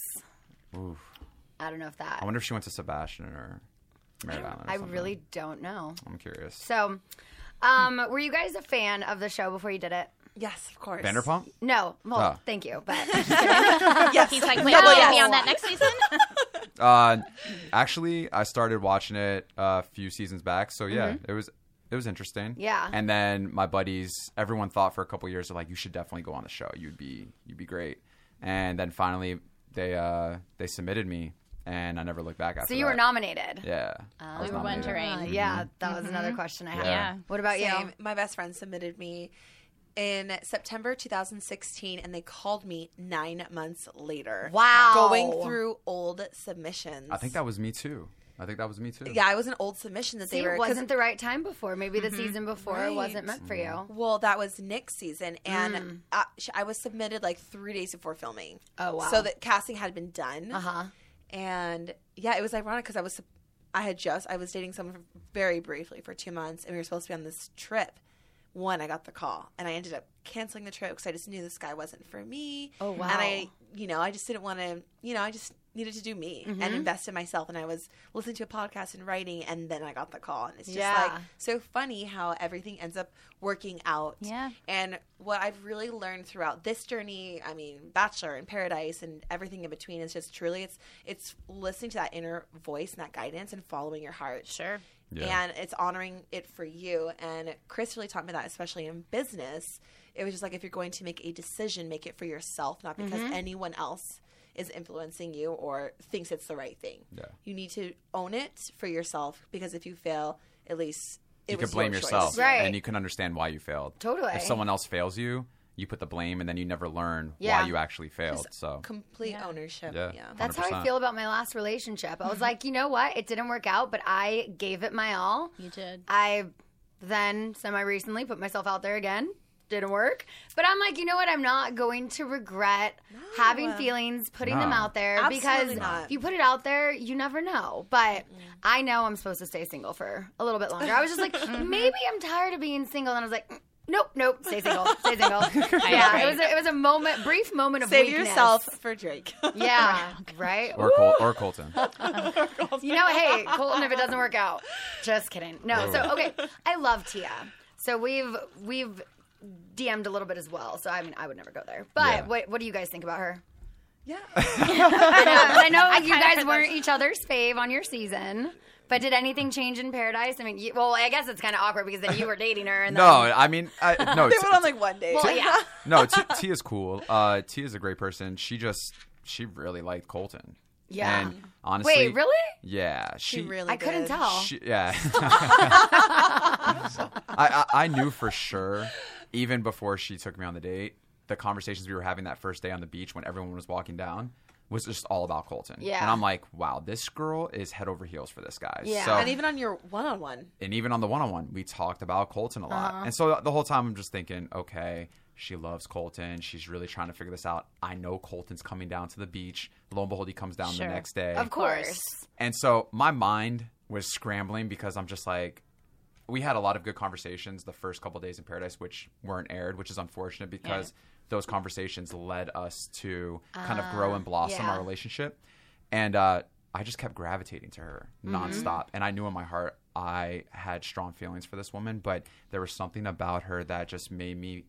Speaker 3: I don't know if that.
Speaker 6: I wonder if she went to Sebastian or Merritt Island. Or
Speaker 3: I
Speaker 6: something.
Speaker 3: really don't know.
Speaker 6: I'm curious.
Speaker 3: So, um,
Speaker 6: Hmm.
Speaker 3: were you guys a fan of the show before you did it?
Speaker 7: Yes, of course.
Speaker 6: Vanderpump?
Speaker 3: No. Well,
Speaker 6: Oh.
Speaker 3: thank you, but
Speaker 7: Yes.
Speaker 8: He's like, wait,
Speaker 7: No.
Speaker 8: will you be on that next season?
Speaker 6: Uh, actually, I started watching it uh, a few seasons back, so yeah, it was it was interesting.
Speaker 3: Mm-hmm. Yeah.
Speaker 6: And then my buddies, everyone thought for a couple years, they're like, "You should definitely go on the show. You'd be you'd be great." And then finally, they uh they submitted me, and I never looked back after.
Speaker 3: so you
Speaker 6: that.
Speaker 3: were Oh. nominated.
Speaker 6: Yeah. I was
Speaker 8: we were
Speaker 6: nominated.
Speaker 8: wondering.
Speaker 3: Uh, yeah, that was another question I had.
Speaker 6: Yeah.
Speaker 3: What about
Speaker 7: Mm-hmm. Same.
Speaker 3: you?
Speaker 7: My best friend submitted me in September 2016, and they called me nine months later.
Speaker 3: Wow.
Speaker 7: Going through old submissions.
Speaker 6: I think that was me too. I think that was me too.
Speaker 7: Yeah, it was an old submission that
Speaker 3: See,
Speaker 7: they were.
Speaker 3: it
Speaker 7: 'cause- Mm-hmm.
Speaker 3: wasn't the right time before. Maybe the season before it wasn't
Speaker 7: Right.
Speaker 3: meant for
Speaker 6: Mm-hmm.
Speaker 3: you.
Speaker 7: well, that was Nick's season, and I, sh- I was submitted like three days before filming.
Speaker 3: Mm. Oh, wow.
Speaker 7: So that casting had been done.
Speaker 3: Uh huh.
Speaker 7: and yeah, it was ironic because I was, I had just, I was dating someone very briefly for two months, and we were supposed to be on this trip. One, I got the call, and I ended up canceling the trip because I just knew this guy wasn't for me.
Speaker 3: Oh, wow.
Speaker 7: And I, you know, I just didn't want to, you know, I just needed to do me
Speaker 3: Mm-hmm.
Speaker 7: and invest in myself. And I was listening to a podcast and writing, and then I got the call, and it's just like
Speaker 3: Yeah.
Speaker 7: so funny how everything ends up working out.
Speaker 8: Yeah.
Speaker 7: And what I've really learned throughout this journey, I mean, Bachelor and Paradise and everything in between is just truly it's it's listening to that inner voice and that guidance and following your heart.
Speaker 8: sure.
Speaker 6: Yeah.
Speaker 7: And it's honoring it for you. And Chris really taught me that, especially in business. It was just like if you're going to make a decision, make it for yourself, not because anyone else is influencing you or thinks it's the right thing. Yeah. You need to own it for yourself because if you fail, at least it
Speaker 6: you
Speaker 7: was
Speaker 6: can blame
Speaker 7: your choice.
Speaker 6: yourself,
Speaker 3: Right.
Speaker 6: and you can understand why you failed.
Speaker 3: Totally.
Speaker 6: If someone else fails you, you put the blame, and then you never learn
Speaker 3: Yeah.
Speaker 6: why you actually failed. So
Speaker 7: Complete ownership.
Speaker 6: Yeah.
Speaker 7: yeah.
Speaker 3: That's how I
Speaker 6: 100%.
Speaker 3: feel about my last relationship. I
Speaker 7: Mm-hmm.
Speaker 3: was like, you know what? It didn't work out, but I gave it my all.
Speaker 8: You did.
Speaker 3: I then semi recently put myself out there again. Didn't work. But I'm like, you know what? I'm not going to regret having feelings, putting them
Speaker 6: No.
Speaker 3: out there
Speaker 7: Absolutely
Speaker 3: because
Speaker 7: not.
Speaker 3: if you put it out there, you never know. But I know I'm supposed to stay single for a little bit longer. I was just like,
Speaker 7: Mm-hmm.
Speaker 3: maybe I'm tired of being single. And I was like, mm, nope, nope, stay single, stay single. yeah, it was, a, it was a moment, brief moment of
Speaker 7: Save
Speaker 3: weakness.
Speaker 7: yourself for Drake.
Speaker 3: Yeah, right?
Speaker 6: or Col- or Colton.
Speaker 3: You know, hey, Colton, if it doesn't work out, just kidding. No, so okay, I love Tia. So we've we've DM'd a little bit as well. So I mean, I would never go there. But
Speaker 6: Yeah.
Speaker 3: what what do you guys think about her?
Speaker 7: yeah.
Speaker 3: I know, but I know you
Speaker 8: kinda
Speaker 3: guys
Speaker 8: forgot
Speaker 3: weren't each other's fave on your season. But did anything change in Paradise? I mean, you, well, I guess it's kind of awkward because then you were dating her, and
Speaker 6: No,
Speaker 3: then,
Speaker 6: I mean, I, no.
Speaker 7: They
Speaker 6: it's-
Speaker 7: went on like one day.
Speaker 3: well, yeah,
Speaker 6: no, T, T is cool. Uh, T is a great person. She just she really liked Colton.
Speaker 3: Yeah.
Speaker 6: And honestly,
Speaker 3: wait, really?
Speaker 6: Yeah, she,
Speaker 7: She really
Speaker 3: I couldn't
Speaker 7: did.
Speaker 3: tell.
Speaker 6: She, yeah. I, I I knew for sure, even before she took me on the date, the conversations we were having that first day on the beach when everyone was walking down was just all about Colton.
Speaker 3: Yeah.
Speaker 6: And I'm like, wow, this girl is head over heels for this guy.
Speaker 3: Yeah.
Speaker 6: So,
Speaker 7: And even on your one on one.
Speaker 6: and even on the one on one, we talked about Colton a lot. And so the whole time I'm just thinking, okay, she loves Colton. She's really trying to figure this out. I know Colton's coming down to the beach. Lo and behold, he comes down the next day.
Speaker 3: of course.
Speaker 6: And so my mind was scrambling because I'm just like, we had a lot of good conversations the first couple days in paradise, which weren't aired, which is unfortunate because those conversations led us to kind of grow and blossom
Speaker 3: yeah.
Speaker 6: our relationship. And uh, I just kept gravitating to her nonstop. And I knew in my heart I had strong feelings for this woman, but there was something about her that just made me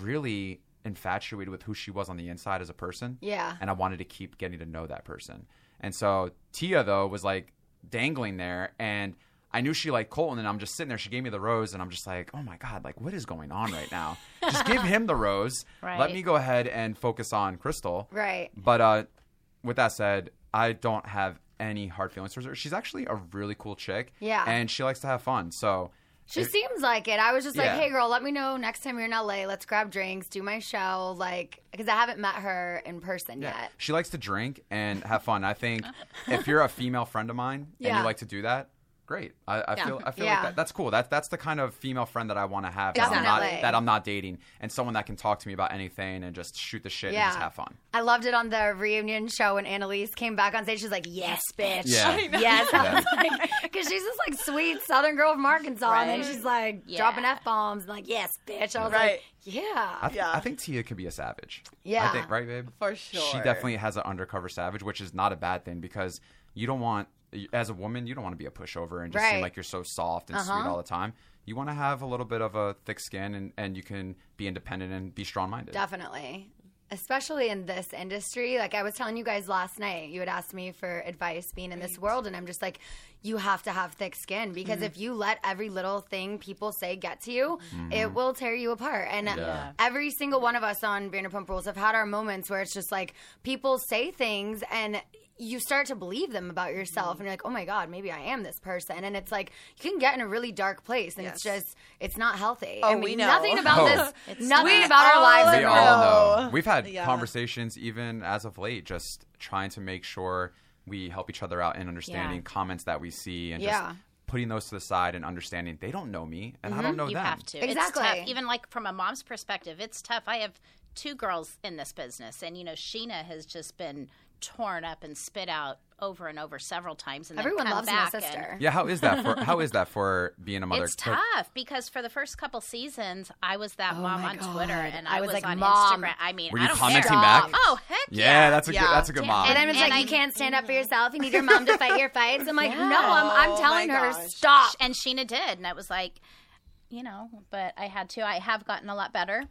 Speaker 6: really infatuated with who she was on the inside as a person.
Speaker 3: Yeah.
Speaker 6: And I wanted to keep getting to know that person. And so Tia though was like dangling there and I knew she liked Colton and I'm just sitting there. She gave me the rose and I'm just like, oh my God, like what is going on right now? just give him the rose. Let
Speaker 8: Right.
Speaker 6: me go ahead and focus on Crystal.
Speaker 3: Right.
Speaker 6: But uh, with that said, I don't have any hard feelings towards her. She's actually a really cool chick.
Speaker 3: Yeah.
Speaker 6: And she likes to have fun. So
Speaker 3: She seems like it. I was just like,
Speaker 6: Yeah.
Speaker 3: hey, girl, let me know next time you're in LA. Let's grab drinks, do my show. Like, because I haven't met her in person yet.
Speaker 6: She likes to drink and have fun. I think if you're a female friend of mine and
Speaker 3: Yeah.
Speaker 6: you like to do that, great. I, I feel I feel
Speaker 3: Yeah.
Speaker 6: like that, that's cool. That that's the kind of female friend that I want to have that I'm
Speaker 3: Definitely.
Speaker 6: not that I'm not dating and someone that can talk to me about anything and just shoot the shit and just
Speaker 3: Yeah.
Speaker 6: have fun.
Speaker 3: I loved it on the reunion show when Annalise came back on stage. She's like, yes, bitch.
Speaker 6: Yeah. I know.
Speaker 3: Yes.
Speaker 6: Yeah.
Speaker 3: Because she's this like sweet Southern girl from Arkansas. And then she's like
Speaker 8: Yeah.
Speaker 3: dropping F bombs and like, yes, bitch. I was like,
Speaker 7: Right.
Speaker 6: I,
Speaker 3: yeah.
Speaker 6: th- I think Tia could be a savage.
Speaker 3: Yeah.
Speaker 6: I think, right, babe?
Speaker 7: For
Speaker 6: She
Speaker 7: sure.
Speaker 6: definitely has an undercover savage, which is not a bad thing because you don't want, as a woman, you don't want to be a pushover and just
Speaker 3: Right.
Speaker 6: seem like you're so soft and sweet all the time. You want to have a little bit of a thick skin and, and you can be independent and be strong minded.
Speaker 3: Definitely. Especially in this industry. Like I was telling you guys last night, you had asked me for advice being in this world, and I'm just like, you have to have thick skin because if you let every little thing people say get to you, it will tear you apart. And every single one of us on Vanderpump Rules have had our moments where it's just like people say things and you start to believe them about yourself and you're like, oh my God, maybe I am this person. And it's like, you can get in a really dark place and it's just, it's not healthy. I
Speaker 7: Oh,
Speaker 3: mean,
Speaker 7: we know.
Speaker 3: nothing about
Speaker 6: Oh.
Speaker 3: this, nothing
Speaker 7: We
Speaker 3: about our
Speaker 7: all
Speaker 3: lives
Speaker 6: we
Speaker 3: are
Speaker 6: all
Speaker 3: normal.
Speaker 6: know.
Speaker 7: know.
Speaker 6: We've had
Speaker 7: Yeah.
Speaker 6: conversations even as of late, just trying to make sure we help each other out in understanding comments that we see and
Speaker 3: Yeah.
Speaker 6: just putting those to the side and understanding they don't know me and I don't know
Speaker 8: you
Speaker 6: them.
Speaker 8: have to.
Speaker 3: Exactly.
Speaker 8: It's tough. Even like from a mom's perspective, it's tough. I have two girls in this business, and you know, Sheena has just been torn up and spit out over and over several times. And then
Speaker 3: Everyone
Speaker 8: come
Speaker 3: loves my
Speaker 8: back
Speaker 3: sister.
Speaker 6: Yeah, how is that for how is that for being a mother?
Speaker 8: It's tough because for the first couple seasons, I was that mom
Speaker 3: Oh my
Speaker 8: on Twitter
Speaker 3: God.
Speaker 8: and
Speaker 3: I
Speaker 8: I
Speaker 3: was
Speaker 8: was,
Speaker 3: like,
Speaker 8: on
Speaker 3: "Mom."
Speaker 8: Instagram. I mean,
Speaker 6: Were you
Speaker 8: I don't
Speaker 6: commenting
Speaker 8: care.
Speaker 6: back?
Speaker 8: Oh heck
Speaker 6: Yeah, that's a good
Speaker 7: Yeah.
Speaker 6: that's a good mom.
Speaker 3: And then it's
Speaker 8: And
Speaker 3: like, you
Speaker 8: I-
Speaker 3: can't stand up for yourself. You need your mom to fight your fights. I'm like, no, I'm, I'm
Speaker 7: Oh
Speaker 3: telling
Speaker 7: my
Speaker 3: her,
Speaker 7: gosh.
Speaker 3: stop.
Speaker 8: and Sheena did, and it was like, you know, but I had to. I have gotten a lot better.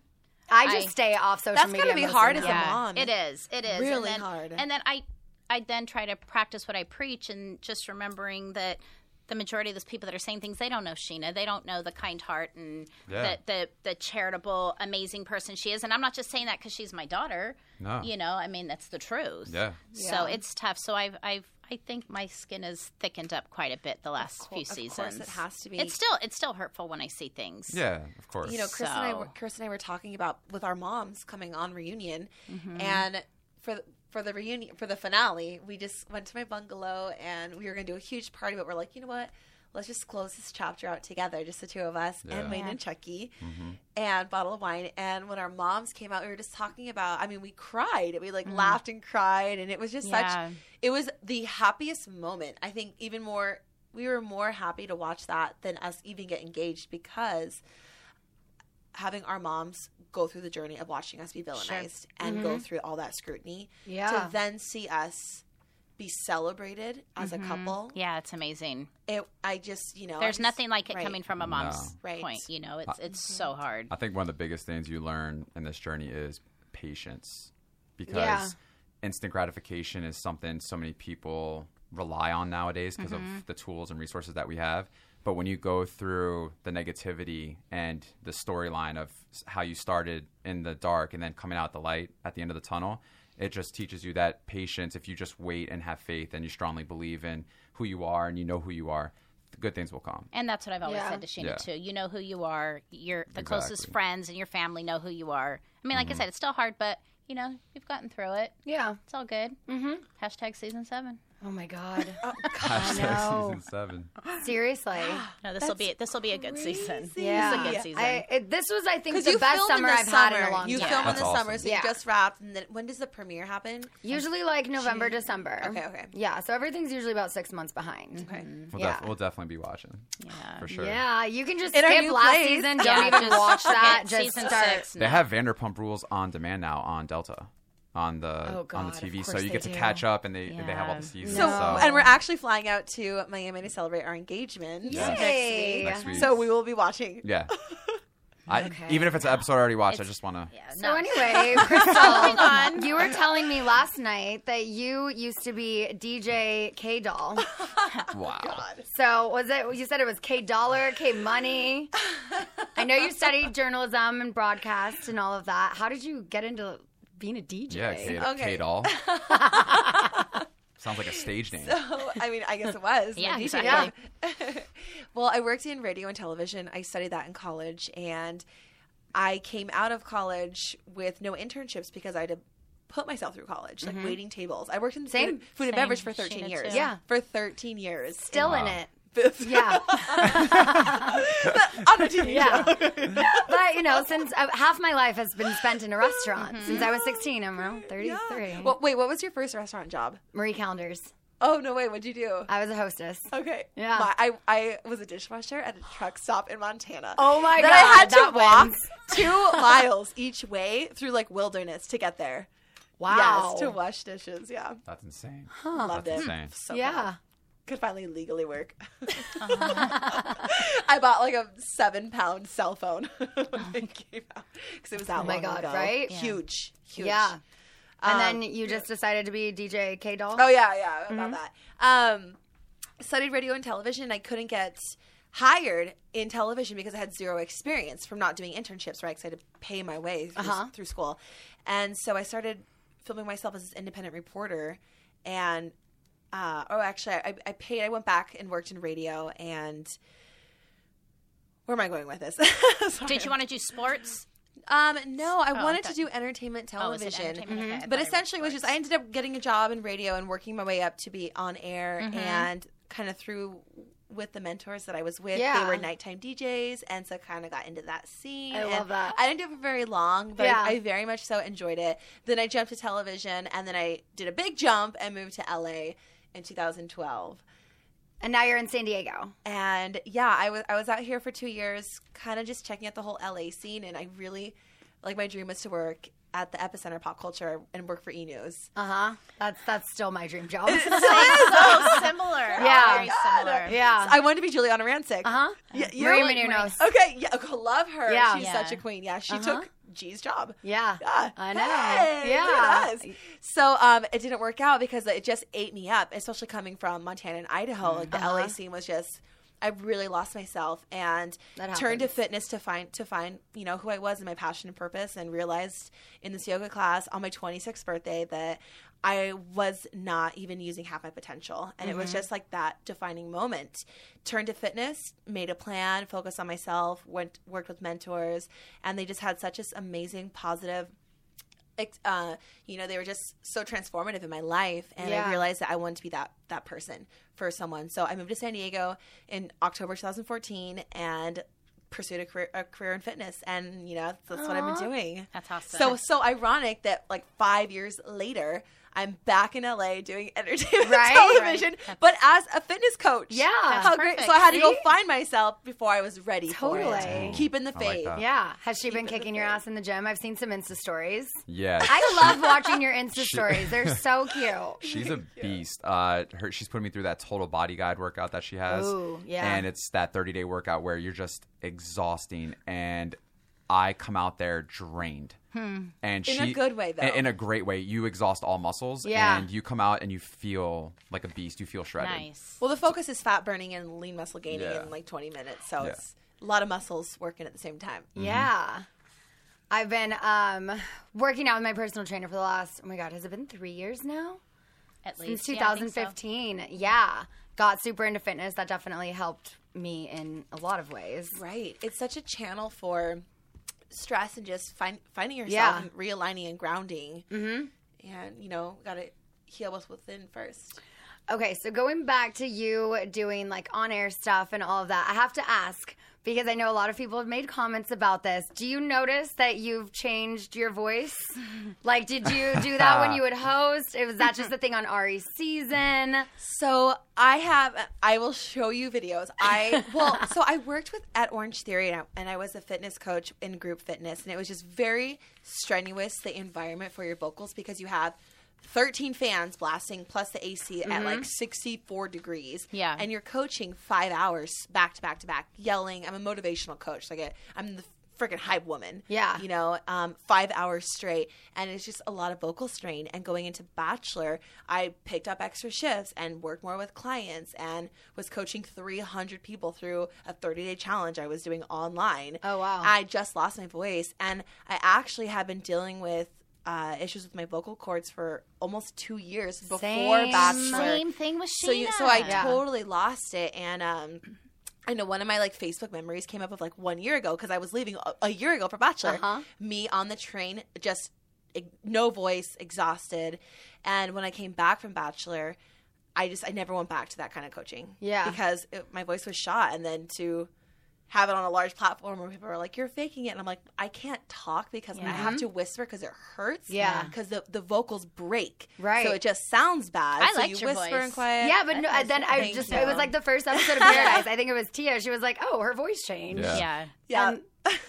Speaker 3: I just
Speaker 8: I-
Speaker 3: stay off social
Speaker 7: That's
Speaker 3: media.
Speaker 7: gotta be
Speaker 3: most of
Speaker 7: hard
Speaker 3: the
Speaker 7: as a
Speaker 3: time.
Speaker 7: mom.
Speaker 8: It is. It is
Speaker 7: Really
Speaker 8: and then,
Speaker 7: hard.
Speaker 8: And then I, I then try to practice what I preach, and just remembering that the majority of those people that are saying things they don't know Sheena. They don't know the kind heart and
Speaker 6: Yeah.
Speaker 8: the, the the charitable, amazing person she is. And I'm not just saying that because she's my daughter.
Speaker 6: No.
Speaker 8: you know, I mean that's the truth.
Speaker 6: Yeah.
Speaker 8: So it's tough. So I've I've I think my skin has thickened up quite a bit the last
Speaker 7: cour-
Speaker 8: few
Speaker 7: of course it
Speaker 8: seasons.
Speaker 7: has to be.
Speaker 8: It's still it's still hurtful when I see things.
Speaker 6: Yeah, of course.
Speaker 7: You know, Chris and I, were,
Speaker 8: So-
Speaker 7: Chris and I were talking about with our moms coming on reunion,
Speaker 8: Mm-hmm.
Speaker 7: and for for the reunion for the finale, we just went to my bungalow and we were going to do a huge party, but we're like, you know what? Let's just close this chapter out together, just the two of us
Speaker 6: Yeah.
Speaker 7: and Wayne and Chucky,
Speaker 6: Mm-hmm.
Speaker 7: and bottle of wine. And when our moms came out, we were just talking about. I mean, we cried. We like laughed and cried, and it was just
Speaker 8: Yeah.
Speaker 7: such. It was the happiest moment. I think even more. We were more happy to watch that than us even get engaged because having our moms go through the journey of watching us be villainized and go through all that scrutiny
Speaker 3: Mm-hmm. Yeah.
Speaker 7: to then see us be celebrated as
Speaker 3: Mm-hmm.
Speaker 7: a couple
Speaker 8: Mm-hmm. Yeah, it's amazing.
Speaker 7: it i just you know
Speaker 8: There's
Speaker 7: I just-
Speaker 8: nothing like it
Speaker 7: right.
Speaker 8: coming from a mom's
Speaker 6: No.
Speaker 7: Right.
Speaker 8: point. You know, it's it's so hard.
Speaker 6: I think one of the biggest things you learn in this journey is patience because
Speaker 3: Yeah.
Speaker 6: instant gratification is something so many people rely on nowadays because
Speaker 3: Mm-hmm.
Speaker 6: of the tools and resources that we have. But when you go through the negativity and the storyline of s- how you started in the dark and then coming out the light at the end of the tunnel, it just teaches you that patience, if you just wait and have faith and you strongly believe in who you are and you know who you are, th- good things will come.
Speaker 8: And that's what I've always
Speaker 3: Yeah.
Speaker 8: said to Sheena
Speaker 6: Yeah.
Speaker 8: too. You know who you are. Your the closest
Speaker 6: Exactly. Mm-hmm.
Speaker 8: friends and your family know who you are. I mean, like I said, it's still hard, but you know, you've gotten through it.
Speaker 3: Yeah.
Speaker 8: It's all good. Mm-hmm. Hashtag season seven.
Speaker 3: Oh my god.
Speaker 6: Hashtag
Speaker 3: know.
Speaker 6: season seven.
Speaker 3: Seriously.
Speaker 8: No, this will be this will be a good season.
Speaker 3: Yeah.
Speaker 8: This is a good season.
Speaker 3: I, it, this was, I think,
Speaker 7: because
Speaker 3: the
Speaker 7: you
Speaker 3: best
Speaker 7: film in
Speaker 3: summer
Speaker 7: the
Speaker 3: I've
Speaker 7: summer.
Speaker 3: had in a long
Speaker 7: you
Speaker 3: time.
Speaker 7: film in
Speaker 6: That's
Speaker 7: the
Speaker 6: awesome.
Speaker 7: summer so
Speaker 3: Yeah. Mm-hmm.
Speaker 7: you just wrapped and then when does the premiere happen
Speaker 3: Usually like November, December.
Speaker 7: Okay, okay.
Speaker 3: Yeah, so everything's usually about six months behind.
Speaker 7: okay
Speaker 6: We'll,
Speaker 3: Yeah.
Speaker 6: def- we'll definitely be watching.
Speaker 8: Uh, Yeah.
Speaker 6: For sure.
Speaker 3: Yeah, you can just
Speaker 7: In our
Speaker 3: skip
Speaker 7: new
Speaker 3: last
Speaker 7: place.
Speaker 3: season. Don't
Speaker 8: Yeah,
Speaker 3: even
Speaker 8: just
Speaker 3: watch that.
Speaker 8: forget
Speaker 3: Just
Speaker 8: season
Speaker 3: start.
Speaker 8: six.
Speaker 6: They have Vanderpump Rules on demand now on Delta, on the
Speaker 3: Oh,
Speaker 6: on
Speaker 3: God,
Speaker 6: the
Speaker 3: of
Speaker 6: TV, so
Speaker 3: course
Speaker 6: you get
Speaker 3: they
Speaker 6: to
Speaker 3: do.
Speaker 6: catch up and they and they have all
Speaker 8: Yeah.
Speaker 6: the seasons.
Speaker 7: so
Speaker 6: So
Speaker 7: and we're actually flying out to miami to celebrate our engagement
Speaker 6: Yeah.
Speaker 3: Yay.
Speaker 7: next
Speaker 6: Next
Speaker 7: week
Speaker 6: week.
Speaker 7: so we will be watching
Speaker 6: yeah, I, even if it's an episode I already watched, I just want to.
Speaker 8: Yeah,
Speaker 3: So
Speaker 8: no.
Speaker 3: anyway, Crystal, you were telling me last night that you used to be DJ K Doll.
Speaker 6: Wow.
Speaker 3: So was it? You said it was K Dollar, K Money. I know you studied journalism and broadcast and all of that. How did you get into being a DJ?
Speaker 6: Yeah, Kate,
Speaker 7: Okay.
Speaker 6: Kate All. Sounds like a stage name.
Speaker 7: So, Oh, I mean, I guess it was. my
Speaker 8: Yeah,
Speaker 7: DJ job. well, I worked in radio and television. I studied that in college, and I came out of college with no internships because I had to put myself through college, like waiting tables. I worked in
Speaker 3: Mm-hmm. Same.
Speaker 7: food, food and beverage for
Speaker 8: Sheena
Speaker 7: 13
Speaker 8: too.
Speaker 7: years.
Speaker 3: Yeah.
Speaker 7: for 13 years.
Speaker 3: Still in
Speaker 6: Wow.
Speaker 3: it. Yeah.
Speaker 7: on a TV
Speaker 3: Yeah.
Speaker 7: show.
Speaker 3: But, you know, since uh, half my life has been spent in a restaurant since I was 16, I'm around 33.
Speaker 7: Well, wait, what was your first restaurant job?
Speaker 3: Marie Callender's.
Speaker 7: Oh no, wait, what'd you do?
Speaker 3: I was a hostess.
Speaker 7: Okay.
Speaker 3: Yeah.
Speaker 7: My- I, I was a dishwasher at a truck stop in Montana.
Speaker 3: Oh my
Speaker 7: that
Speaker 3: God,
Speaker 7: I had
Speaker 3: that
Speaker 7: to walk
Speaker 3: wins.
Speaker 7: two miles each way through like wilderness to get there.
Speaker 3: Wow.
Speaker 7: Yes, to wash dishes. Yeah.
Speaker 6: That's insane.
Speaker 7: Loved it.
Speaker 6: That's insane.
Speaker 7: So glad.
Speaker 3: yeah.
Speaker 7: Could finally legally work.
Speaker 3: Uh-huh.
Speaker 7: I bought like a seven pound cell phone when it came out because it was that
Speaker 3: Oh my
Speaker 7: long
Speaker 3: God,
Speaker 7: ago.
Speaker 3: right? Yeah.
Speaker 7: Huge, huge.
Speaker 3: Yeah. And then you just decided to be DJ K Doll?
Speaker 7: Oh yeah, yeah, about
Speaker 8: Mm-hmm.
Speaker 7: that. Um, studied radio and television. I couldn't get hired in television because I had zero experience from not doing internships, right? Because I had to pay my way through,
Speaker 8: Uh-huh.
Speaker 7: through school, and so I started filming myself as an independent reporter. And uh, oh, actually, I, I paid. I went back and worked in radio. And where am I going with this? Sorry.
Speaker 8: Did you want to do sports?
Speaker 7: Um, no, I wanted to
Speaker 8: okay.
Speaker 7: do entertainment
Speaker 8: Oh, is it
Speaker 7: television.
Speaker 8: entertainment? Okay, I thought I
Speaker 7: But
Speaker 8: read
Speaker 7: essentially, it was just I ended up getting a job in radio and working my way up to be on air
Speaker 3: Mm-hmm.
Speaker 7: and kind of through with the mentors that I was with.
Speaker 3: Yeah.
Speaker 7: They were nighttime DJs, and so kind of got into that scene.
Speaker 3: I
Speaker 7: and
Speaker 3: love that.
Speaker 7: I didn't do it for very long, but
Speaker 3: Yeah.
Speaker 7: I, I very much so enjoyed it. Then I jumped to television, and then I did a big jump and moved to LA in 2012.
Speaker 3: And now you're in San Diego.
Speaker 7: And yeah, I was I was out here for two years, kind of just checking out the whole LA scene, and I really like my dream was to work at the epicenter of pop culture and work for E News.
Speaker 3: Uh huh. That's that's still my dream job.
Speaker 8: so similar.
Speaker 3: Yeah.
Speaker 8: Very similar.
Speaker 3: yeah.
Speaker 7: I wanted to be Juliana Rancic.
Speaker 3: Uh huh.
Speaker 7: Yeah, you
Speaker 3: Marie
Speaker 7: know, like- Oh,
Speaker 3: Menounos.
Speaker 7: Okay, yeah, okay, love her.
Speaker 3: Yeah.
Speaker 7: She's
Speaker 8: Yeah.
Speaker 7: such a queen. Yeah, she took G's job.
Speaker 3: Yeah.
Speaker 7: Yeah.
Speaker 3: I know.
Speaker 7: Hey, look at us.
Speaker 3: Yeah.
Speaker 7: So um, it didn't work out because it just ate me up, especially coming from Montana and Idaho. Like the
Speaker 3: Uh-huh.
Speaker 7: LA scene was just. I really lost myself and
Speaker 3: That
Speaker 7: turned to
Speaker 3: happens.
Speaker 7: fitness to find to find you know who I was and my passion and purpose, and realized in this yoga class on my 26th birthday that I was not even using half my potential, and it was
Speaker 3: Mm-hmm.
Speaker 7: just like that defining moment. Turned to fitness, made a plan, focused on myself, went worked with mentors, and they just had such this amazing positive ex- uh, you know, they were just so transformative in my life, and
Speaker 3: Yeah.
Speaker 7: I realized that I wanted to be that that person for someone. So I moved to San Diego in October 2014 and pursued a career, a career in fitness, and you know, that's what I've been doing.
Speaker 8: That's awesome.
Speaker 7: So so ironic that like five years later. I'm back in LA doing entertainment
Speaker 3: Right.
Speaker 7: television, but as a fitness coach.
Speaker 3: Yeah. That's
Speaker 7: how great! So I
Speaker 8: perfect.
Speaker 7: had to go
Speaker 3: See?
Speaker 7: find myself before I was ready. for
Speaker 3: Totally.
Speaker 7: it. keeping the
Speaker 6: I like
Speaker 7: faith.
Speaker 6: that.
Speaker 3: Yeah. Has she been
Speaker 7: Keep it
Speaker 3: kicking your
Speaker 7: moving.
Speaker 3: ass in the gym? I've seen some Insta stories.
Speaker 6: Yeah.
Speaker 3: I love watching your Insta stories. They're so cute.
Speaker 6: She's a beast. Uh, her, she's putting me through that total body guide workout that she has.
Speaker 3: Ooh, yeah.
Speaker 6: And it's that 30 day workout where you're just exhausting. And I come out there drained. And
Speaker 7: In a
Speaker 6: she-
Speaker 7: good way, though.
Speaker 6: In, in a great way. You exhaust all muscles.
Speaker 3: Yeah.
Speaker 6: And you come out and you feel like a beast. You feel shredded.
Speaker 8: nice.
Speaker 7: Well, the focus is fat burning and lean muscle gaining
Speaker 6: Yeah.
Speaker 7: in like 20 minutes. So
Speaker 6: Yeah. Mm.
Speaker 7: it's a lot of muscles working at the same time.
Speaker 3: Yeah. I've been um, working out with my personal trainer for the last, oh my God, has it been three years now?
Speaker 8: At
Speaker 3: Since
Speaker 8: least Yeah, I think so.
Speaker 3: 2015. Yeah, Got super into fitness. That definitely helped me in a lot of ways.
Speaker 7: Right. It's such a channel for stress and just find, finding yourself
Speaker 3: Yeah.
Speaker 7: and realigning and grounding. Mm-hmm. And, you know, got to heal what's within first.
Speaker 3: Okay, so going back to you doing like on air stuff and all of that, I have to ask because I know a lot of people have made comments about this. Do you notice that you've changed your voice? like, did you do that when you would host? It was that just the thing on Ari season?
Speaker 7: So I have, I will show you videos. I, well, so I worked with at Orange Theory and I, and I was a fitness coach in group fitness. And it was just very strenuous, the environment for your vocals, because you have 13 fans blasting plus the AC at like 64 degrees.
Speaker 8: Yeah.
Speaker 7: And you're coaching five hours back to back to back, yelling. I'm a motivational coach. Like, I, I'm the freaking hype woman.
Speaker 3: Yeah.
Speaker 7: You know, um, five hours straight. And it's just a lot of vocal strain. And going into Bachelor, I picked up extra shifts and worked more with clients and was coaching 300 people through a 30 day challenge I was doing online.
Speaker 3: Oh, wow.
Speaker 7: I just lost my voice. And I actually have been dealing with. Uh, issues with my vocal cords for almost two years before
Speaker 3: Same.
Speaker 7: Bachelor.
Speaker 8: Same thing with
Speaker 7: So you, so
Speaker 8: Sheena.
Speaker 7: I
Speaker 8: Yeah.
Speaker 7: totally lost it, and um, I know one of my like Facebook memories came up of like one year ago because I was leaving a, a year ago for Bachelor.
Speaker 8: Uh-huh.
Speaker 7: Me on the train, just ig- no voice, exhausted, and when I came back from Bachelor, I just I never went back to that kind of coaching.
Speaker 3: Yeah.
Speaker 7: because it, my voice was shot, and then to have it on a large platform where people are like, "You're faking it," and I'm like, "I can't talk because I have to whisper because it hurts.
Speaker 3: Yeah.
Speaker 7: because the the vocals break.
Speaker 3: Right.
Speaker 7: so it just sounds bad.
Speaker 8: I
Speaker 7: so
Speaker 8: liked
Speaker 7: you
Speaker 8: your
Speaker 7: whisper
Speaker 8: voice.
Speaker 7: and quiet.
Speaker 3: Yeah, but no,
Speaker 8: That was-
Speaker 3: then I
Speaker 7: thank
Speaker 3: just,
Speaker 7: you.
Speaker 3: it was like the first episode of Paradise. I think it was Tia. She was like, oh, her voice changed.
Speaker 6: Yeah.
Speaker 8: yeah.
Speaker 7: yeah.
Speaker 3: And-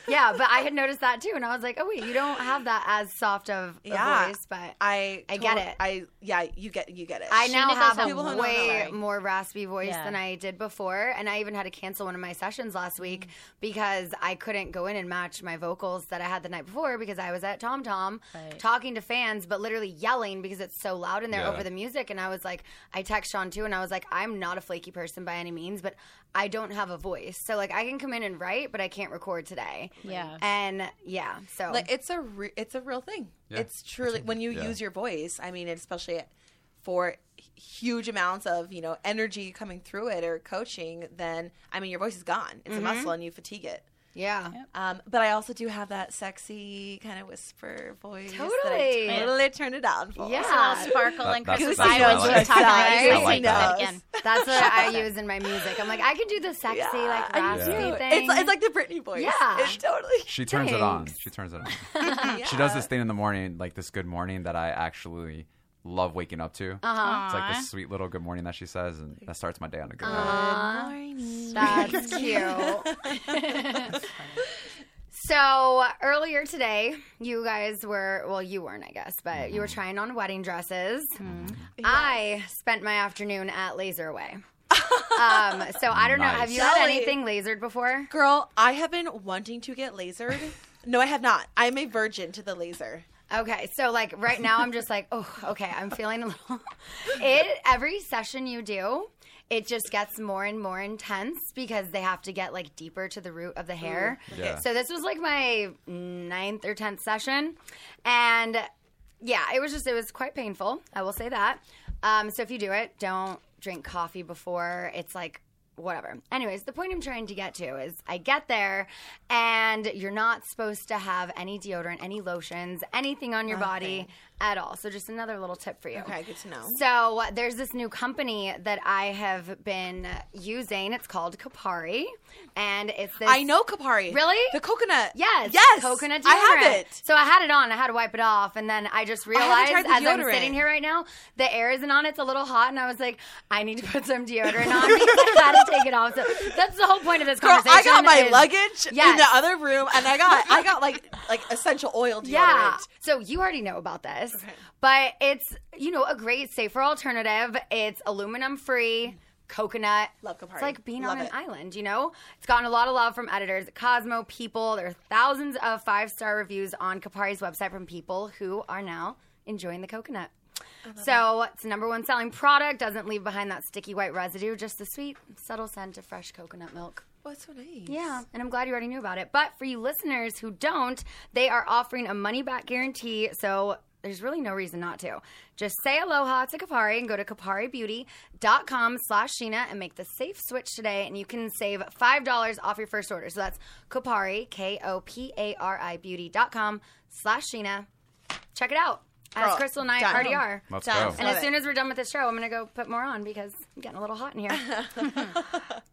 Speaker 3: yeah, but I had noticed that too. And I was like, oh, wait, you don't have that as soft of a
Speaker 7: Yeah.
Speaker 3: voice, but.
Speaker 7: I
Speaker 3: I get
Speaker 7: tot-
Speaker 3: it.
Speaker 7: I yeah, you get you get it.
Speaker 3: I now
Speaker 8: does
Speaker 3: have
Speaker 8: have
Speaker 3: a
Speaker 7: people who know
Speaker 3: way
Speaker 8: how to-
Speaker 3: more raspy voice
Speaker 8: Yeah.
Speaker 3: than I did before, and I even had to cancel one of my sessions last week
Speaker 8: Mm.
Speaker 3: because I couldn't go in and match my vocals that I had the night before because I was at Tom Tom
Speaker 8: Right.
Speaker 3: talking to fans, but literally yelling because it's so loud in there
Speaker 6: Yeah.
Speaker 3: over the music. And I was like, I text Sean too, and I was like, I'm not a flaky person by any means, but I don't have a voice, so like I can come in and write, but I can't record today.
Speaker 8: Yeah.
Speaker 3: and yeah, so
Speaker 7: like it's a re- it's a real thing.
Speaker 6: Yeah.
Speaker 7: It's truly when you
Speaker 6: yeah.
Speaker 7: use your voice. I mean, especially for huge amounts of you know energy coming through it or coaching. Then I mean, your voice is gone. It's a muscle, and you fatigue it.
Speaker 3: yeah.
Speaker 7: Um, but I also do have that sexy kind of whisper voice. that
Speaker 3: Totally.
Speaker 7: I totally turned it down for.
Speaker 3: Yeah.
Speaker 8: It's a little sparkle
Speaker 6: That-
Speaker 8: and
Speaker 6: that's-
Speaker 8: Christmas.
Speaker 6: that's
Speaker 8: I
Speaker 6: what I
Speaker 8: was
Speaker 6: like.
Speaker 8: just talking about
Speaker 7: Exactly.
Speaker 8: it.
Speaker 6: I like
Speaker 8: Say that
Speaker 6: that.
Speaker 8: again.
Speaker 3: That's what I use in my music. I'm like, I can do the sexy, like
Speaker 7: I do.
Speaker 3: raspy thing.
Speaker 7: It's, it's like the Britney voice.
Speaker 3: Yeah.
Speaker 7: It's totally.
Speaker 6: She turns it on.
Speaker 3: Thanks.
Speaker 6: She turns it on. She does this thing in the morning, like this good morning that I actually love waking up to. Uh-huh. It's like this sweet little good morning that she says, and that starts my day on a good note.
Speaker 3: That's cute. so earlier today, you guys were well, you weren't, I guess, but you were trying on wedding dresses. I spent my afternoon at Laser Away. um, so I don't know. Have you had
Speaker 7: Nice.
Speaker 3: anything lasered before?
Speaker 7: Girl, I have been wanting to get lasered No, I have not. I'm a virgin to the laser.
Speaker 3: Okay, so like right now, I'm just like, oh, okay, I'm feeling a little. It every session you do, it just gets more and more intense because they have to get like deeper to the root of the hair.
Speaker 6: Yeah.
Speaker 3: So this was like my ninth or tenth session, and yeah, it was just it was quite painful. I will say that. Um, so if you do it, don't drink coffee before. It's like whatever. Anyways, the point I'm trying to get to is I get there and you're not supposed to have any deodorant, any lotions, anything on your body at all. So just another little tip for you.
Speaker 7: Okay, good to know.
Speaker 3: So there's this new company that I have been using. It's called Kapari and it's this
Speaker 7: I know Kapari.
Speaker 3: Really?
Speaker 7: The coconut.
Speaker 3: Yes.
Speaker 7: Yes.
Speaker 3: Coconut deodorant.
Speaker 7: I have it.
Speaker 3: So I had it on. I had to wipe it off, and then I just realized
Speaker 7: tried the
Speaker 3: as I'm
Speaker 7: deodorant.
Speaker 3: sitting here right now, the air isn't on. It's a little hot, and I was like, I need to put some deodorant on because I had to take it off. So that's the whole point of this
Speaker 7: Girl,
Speaker 3: conversation.
Speaker 7: I got my
Speaker 3: is-
Speaker 7: luggage in
Speaker 3: Yes.
Speaker 7: the other room, and I got I got like like essential oil deodorant.
Speaker 3: Yeah. So you already know about this, but it's you know a great safer alternative. It's aluminum free. Coconut.
Speaker 7: Love Campari.
Speaker 3: It's like being
Speaker 7: Love
Speaker 3: on an
Speaker 7: it.
Speaker 3: island, you know? It's gotten a lot of love from editors at Cosmo, People. There are thousands of five star reviews on Capari's website from people who are now enjoying the coconut. So it's the number one selling product, doesn't leave behind that sticky white residue, just the sweet, subtle scent of fresh coconut milk.
Speaker 7: What's so nice?
Speaker 3: Yeah, and I'm glad you already knew about it. But for you listeners who don't, they are offering a money back guarantee. So there's really no reason not to. Just say aloha to Kapari and go to kaparibeauty.com slash Sheena and make the safe switch today. And you can save $5 off your first order. So that's Kapari, K O P A R I beauty.com slash Sheena. Check it out. As
Speaker 7: Girl,
Speaker 3: Crystal and I
Speaker 7: done.
Speaker 3: already are.
Speaker 6: Let's
Speaker 7: Done.
Speaker 6: go.
Speaker 3: And
Speaker 7: Love
Speaker 3: as
Speaker 7: it.
Speaker 3: soon as we're done with this show, I'm going to go put more on because I'm getting a little hot in here.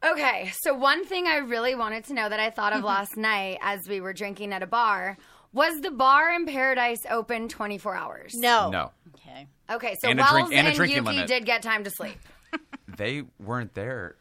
Speaker 3: okay, so one thing I really wanted to know that I thought of last night as we were drinking at a bar was the bar in Paradise open 24 hours?
Speaker 7: No.
Speaker 6: No,
Speaker 8: Okay.
Speaker 3: Okay, so
Speaker 6: And a
Speaker 3: Wells
Speaker 6: drink-
Speaker 3: and,
Speaker 6: and a drinking
Speaker 3: Yuki
Speaker 6: limit.
Speaker 3: did get time to sleep.
Speaker 6: they weren't there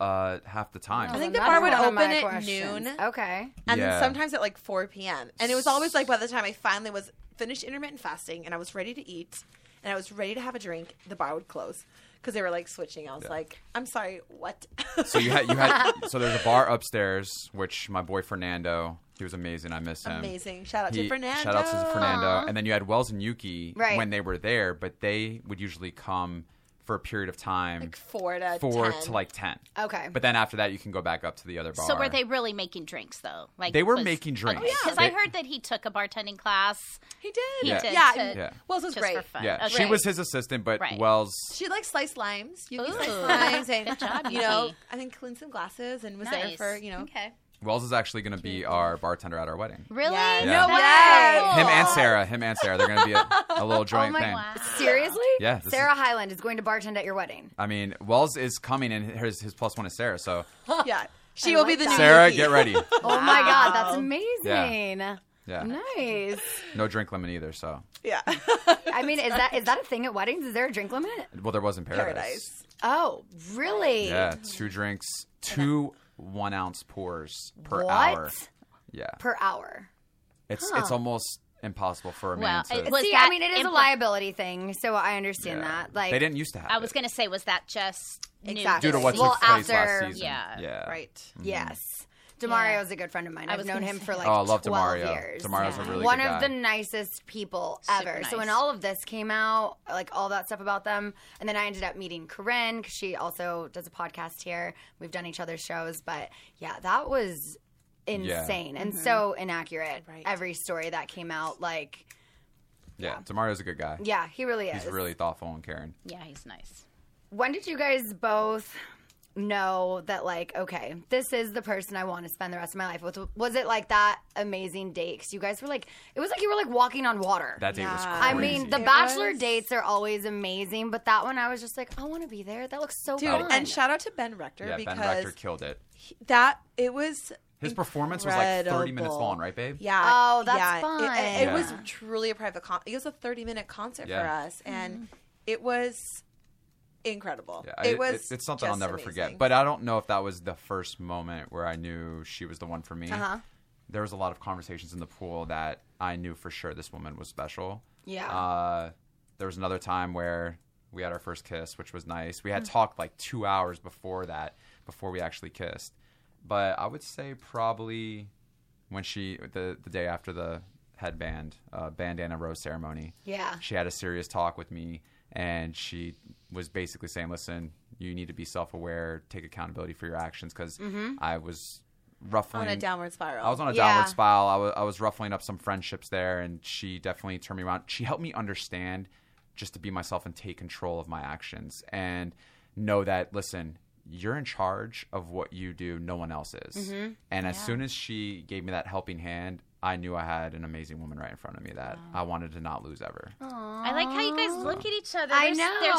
Speaker 6: uh, half the time.
Speaker 7: I think the
Speaker 3: That's
Speaker 7: bar would
Speaker 3: one of
Speaker 7: open
Speaker 3: my
Speaker 7: at
Speaker 3: questions.
Speaker 7: noon,
Speaker 3: Okay.
Speaker 7: and
Speaker 6: Yeah.
Speaker 7: then sometimes at like 4 p.m. And it was always like by the time I finally was finished intermittent fasting and I was ready to eat and I was ready to have a drink, the bar would close because they were like switching. I was like, I'm sorry, what?
Speaker 6: So you had you had so there's a bar upstairs, which my boy Fernando, he was amazing. I miss him.
Speaker 7: Amazing. Shout out to
Speaker 6: He-
Speaker 7: Fernando.
Speaker 6: Shout out to Fernando. And then you had Wells and Yuki
Speaker 3: Right.
Speaker 6: when they were there, but they would usually come for a period of time,
Speaker 7: Like four to
Speaker 6: four
Speaker 7: 10.
Speaker 6: to like ten.
Speaker 3: Okay.
Speaker 6: But then after that, you can go back up to the other bar.
Speaker 8: So were they really making drinks though? Like Oh,
Speaker 6: They were making drinks.
Speaker 8: Because
Speaker 6: They-
Speaker 8: I heard that he took a bartending class.
Speaker 7: He did.
Speaker 8: He
Speaker 6: Yeah.
Speaker 8: did.
Speaker 7: Yeah,
Speaker 8: to-
Speaker 7: and
Speaker 6: Yeah.
Speaker 7: Wells was
Speaker 8: Just
Speaker 7: great.
Speaker 8: for fun.
Speaker 6: Yeah,
Speaker 8: Okay.
Speaker 6: she was his assistant, but
Speaker 8: Right.
Speaker 6: Wells.
Speaker 7: She likes sliced limes. You can slice
Speaker 8: Ooh.
Speaker 7: limes and
Speaker 8: Good job,
Speaker 7: you know,
Speaker 8: Yuki.
Speaker 7: I think cleaned some glasses and was there
Speaker 8: Nice.
Speaker 7: for you know.
Speaker 8: Okay.
Speaker 6: Wells is actually going to be our bartender at our wedding.
Speaker 8: Really?
Speaker 7: Yes.
Speaker 6: Yeah. No
Speaker 8: Wow.
Speaker 3: way.
Speaker 6: Him and Sarah. Him and Sarah. They're going to be a, a little joint
Speaker 8: Oh my
Speaker 6: thing.
Speaker 8: wow.
Speaker 3: Seriously?
Speaker 6: Yeah, this is-
Speaker 3: Sarah Highland is going to bartend at your wedding.
Speaker 6: I mean, Wells is coming, and his his plus one is Sarah. So
Speaker 7: Yeah, she will be
Speaker 3: like
Speaker 7: the
Speaker 3: that.
Speaker 7: new
Speaker 6: Sarah,
Speaker 7: Yuki.
Speaker 6: get ready.
Speaker 3: Oh my God, that's amazing.
Speaker 6: Yeah.
Speaker 3: Nice.
Speaker 6: No drink limit either. So
Speaker 7: Yeah,
Speaker 3: I mean, is that is that a thing at weddings? Is there a drink limit?
Speaker 6: well, there was in paradise.
Speaker 7: paradise.
Speaker 3: Oh, really?
Speaker 6: Yeah, two drinks, two one ounce pours per
Speaker 3: What?
Speaker 6: hour. Yeah,
Speaker 3: Per hour.
Speaker 6: it's it's almost impossible for a man
Speaker 8: Well,
Speaker 6: to.
Speaker 8: it was-
Speaker 3: See, I
Speaker 8: that
Speaker 3: mean, it is a
Speaker 8: impl-
Speaker 3: liability thing, so I understand
Speaker 6: Yeah.
Speaker 3: that. Like,
Speaker 6: they didn't used to have.
Speaker 8: I was
Speaker 6: it.
Speaker 8: going to say, was that just new
Speaker 7: Exactly.
Speaker 6: due to what
Speaker 3: Well,
Speaker 6: took place last
Speaker 3: after-
Speaker 6: season.
Speaker 8: yeah.
Speaker 6: yeah.
Speaker 7: Right.
Speaker 3: Yes. Demario is a good friend of mine. I've
Speaker 8: was
Speaker 3: known
Speaker 8: gonna
Speaker 3: him
Speaker 8: say
Speaker 3: for like
Speaker 6: Oh, I love
Speaker 3: 12
Speaker 6: Demario.
Speaker 3: years.
Speaker 6: Demario's a really
Speaker 3: One
Speaker 6: good
Speaker 3: of
Speaker 6: guy.
Speaker 3: the nicest people
Speaker 8: Super
Speaker 3: ever. So when
Speaker 8: nice.
Speaker 3: all of this came out, like all that stuff about them, and then I ended up meeting Corinne because she also does a podcast here. We've done each other's shows, but yeah, that was insane and
Speaker 8: Mm-hmm.
Speaker 3: so inaccurate.
Speaker 7: Right.
Speaker 3: Every story that came out, like,
Speaker 6: yeah. Demario's a good guy.
Speaker 3: yeah, he really is.
Speaker 6: he's really thoughtful and caring.
Speaker 8: Yeah, he's nice.
Speaker 3: when did you guys both know that like okay this is the person i want to spend the rest of my life with was it like that amazing date because you guys were like it was like you were like walking on water
Speaker 6: That date was crazy.
Speaker 3: i mean the bachelor dates are always amazing but that one i was just like i want to be there that looks so
Speaker 7: Dude,
Speaker 3: fun
Speaker 7: and shout out to Ben Rector
Speaker 6: yeah, Ben
Speaker 7: because
Speaker 6: Rector killed it.
Speaker 7: that it was
Speaker 6: His performance was like 30 minutes
Speaker 7: incredible.
Speaker 6: long, right, babe?
Speaker 7: Yeah.
Speaker 3: Oh, that's
Speaker 7: yeah. It- It, it
Speaker 6: fun.
Speaker 7: was
Speaker 6: Yeah.
Speaker 7: truly a private con. It was a 30 minute concert for
Speaker 6: Yeah.
Speaker 7: us, and it was incredible.
Speaker 6: Yeah,
Speaker 7: it was.
Speaker 6: it's something I'll
Speaker 7: just
Speaker 6: never
Speaker 7: amazing.
Speaker 6: forget. But I don't know if that was the first moment where I knew she was the one for me.
Speaker 3: Uh-huh.
Speaker 6: There was a lot of conversations in the pool that I knew for sure this woman was special.
Speaker 3: Yeah.
Speaker 6: Uh, there was another time where we had our first kiss, which was nice. We had
Speaker 7: Mm.
Speaker 6: talked like two hours before that, before we actually kissed. But I would say probably when she the the day after the headband uh, bandana rose ceremony.
Speaker 3: Yeah.
Speaker 6: she had a serious talk with me, and she was basically saying, "Listen, you need to be self aware, take accountability for your actions," because I was ruffling
Speaker 7: Mm-hmm. On a downward spiral.
Speaker 6: I was on a
Speaker 3: Yeah.
Speaker 6: downward spiral. I was, I was ruffling up some friendships there, and she definitely turned me around. She helped me understand just to be myself and take control of my actions and know that, listen, you're in charge of what you do, no one else is. And as soon as she gave me that helping hand, I knew I had an amazing woman right in front of me that I wanted to not lose ever.
Speaker 8: I like how you guys look at each other.
Speaker 3: I
Speaker 8: There's-
Speaker 3: know.
Speaker 8: There's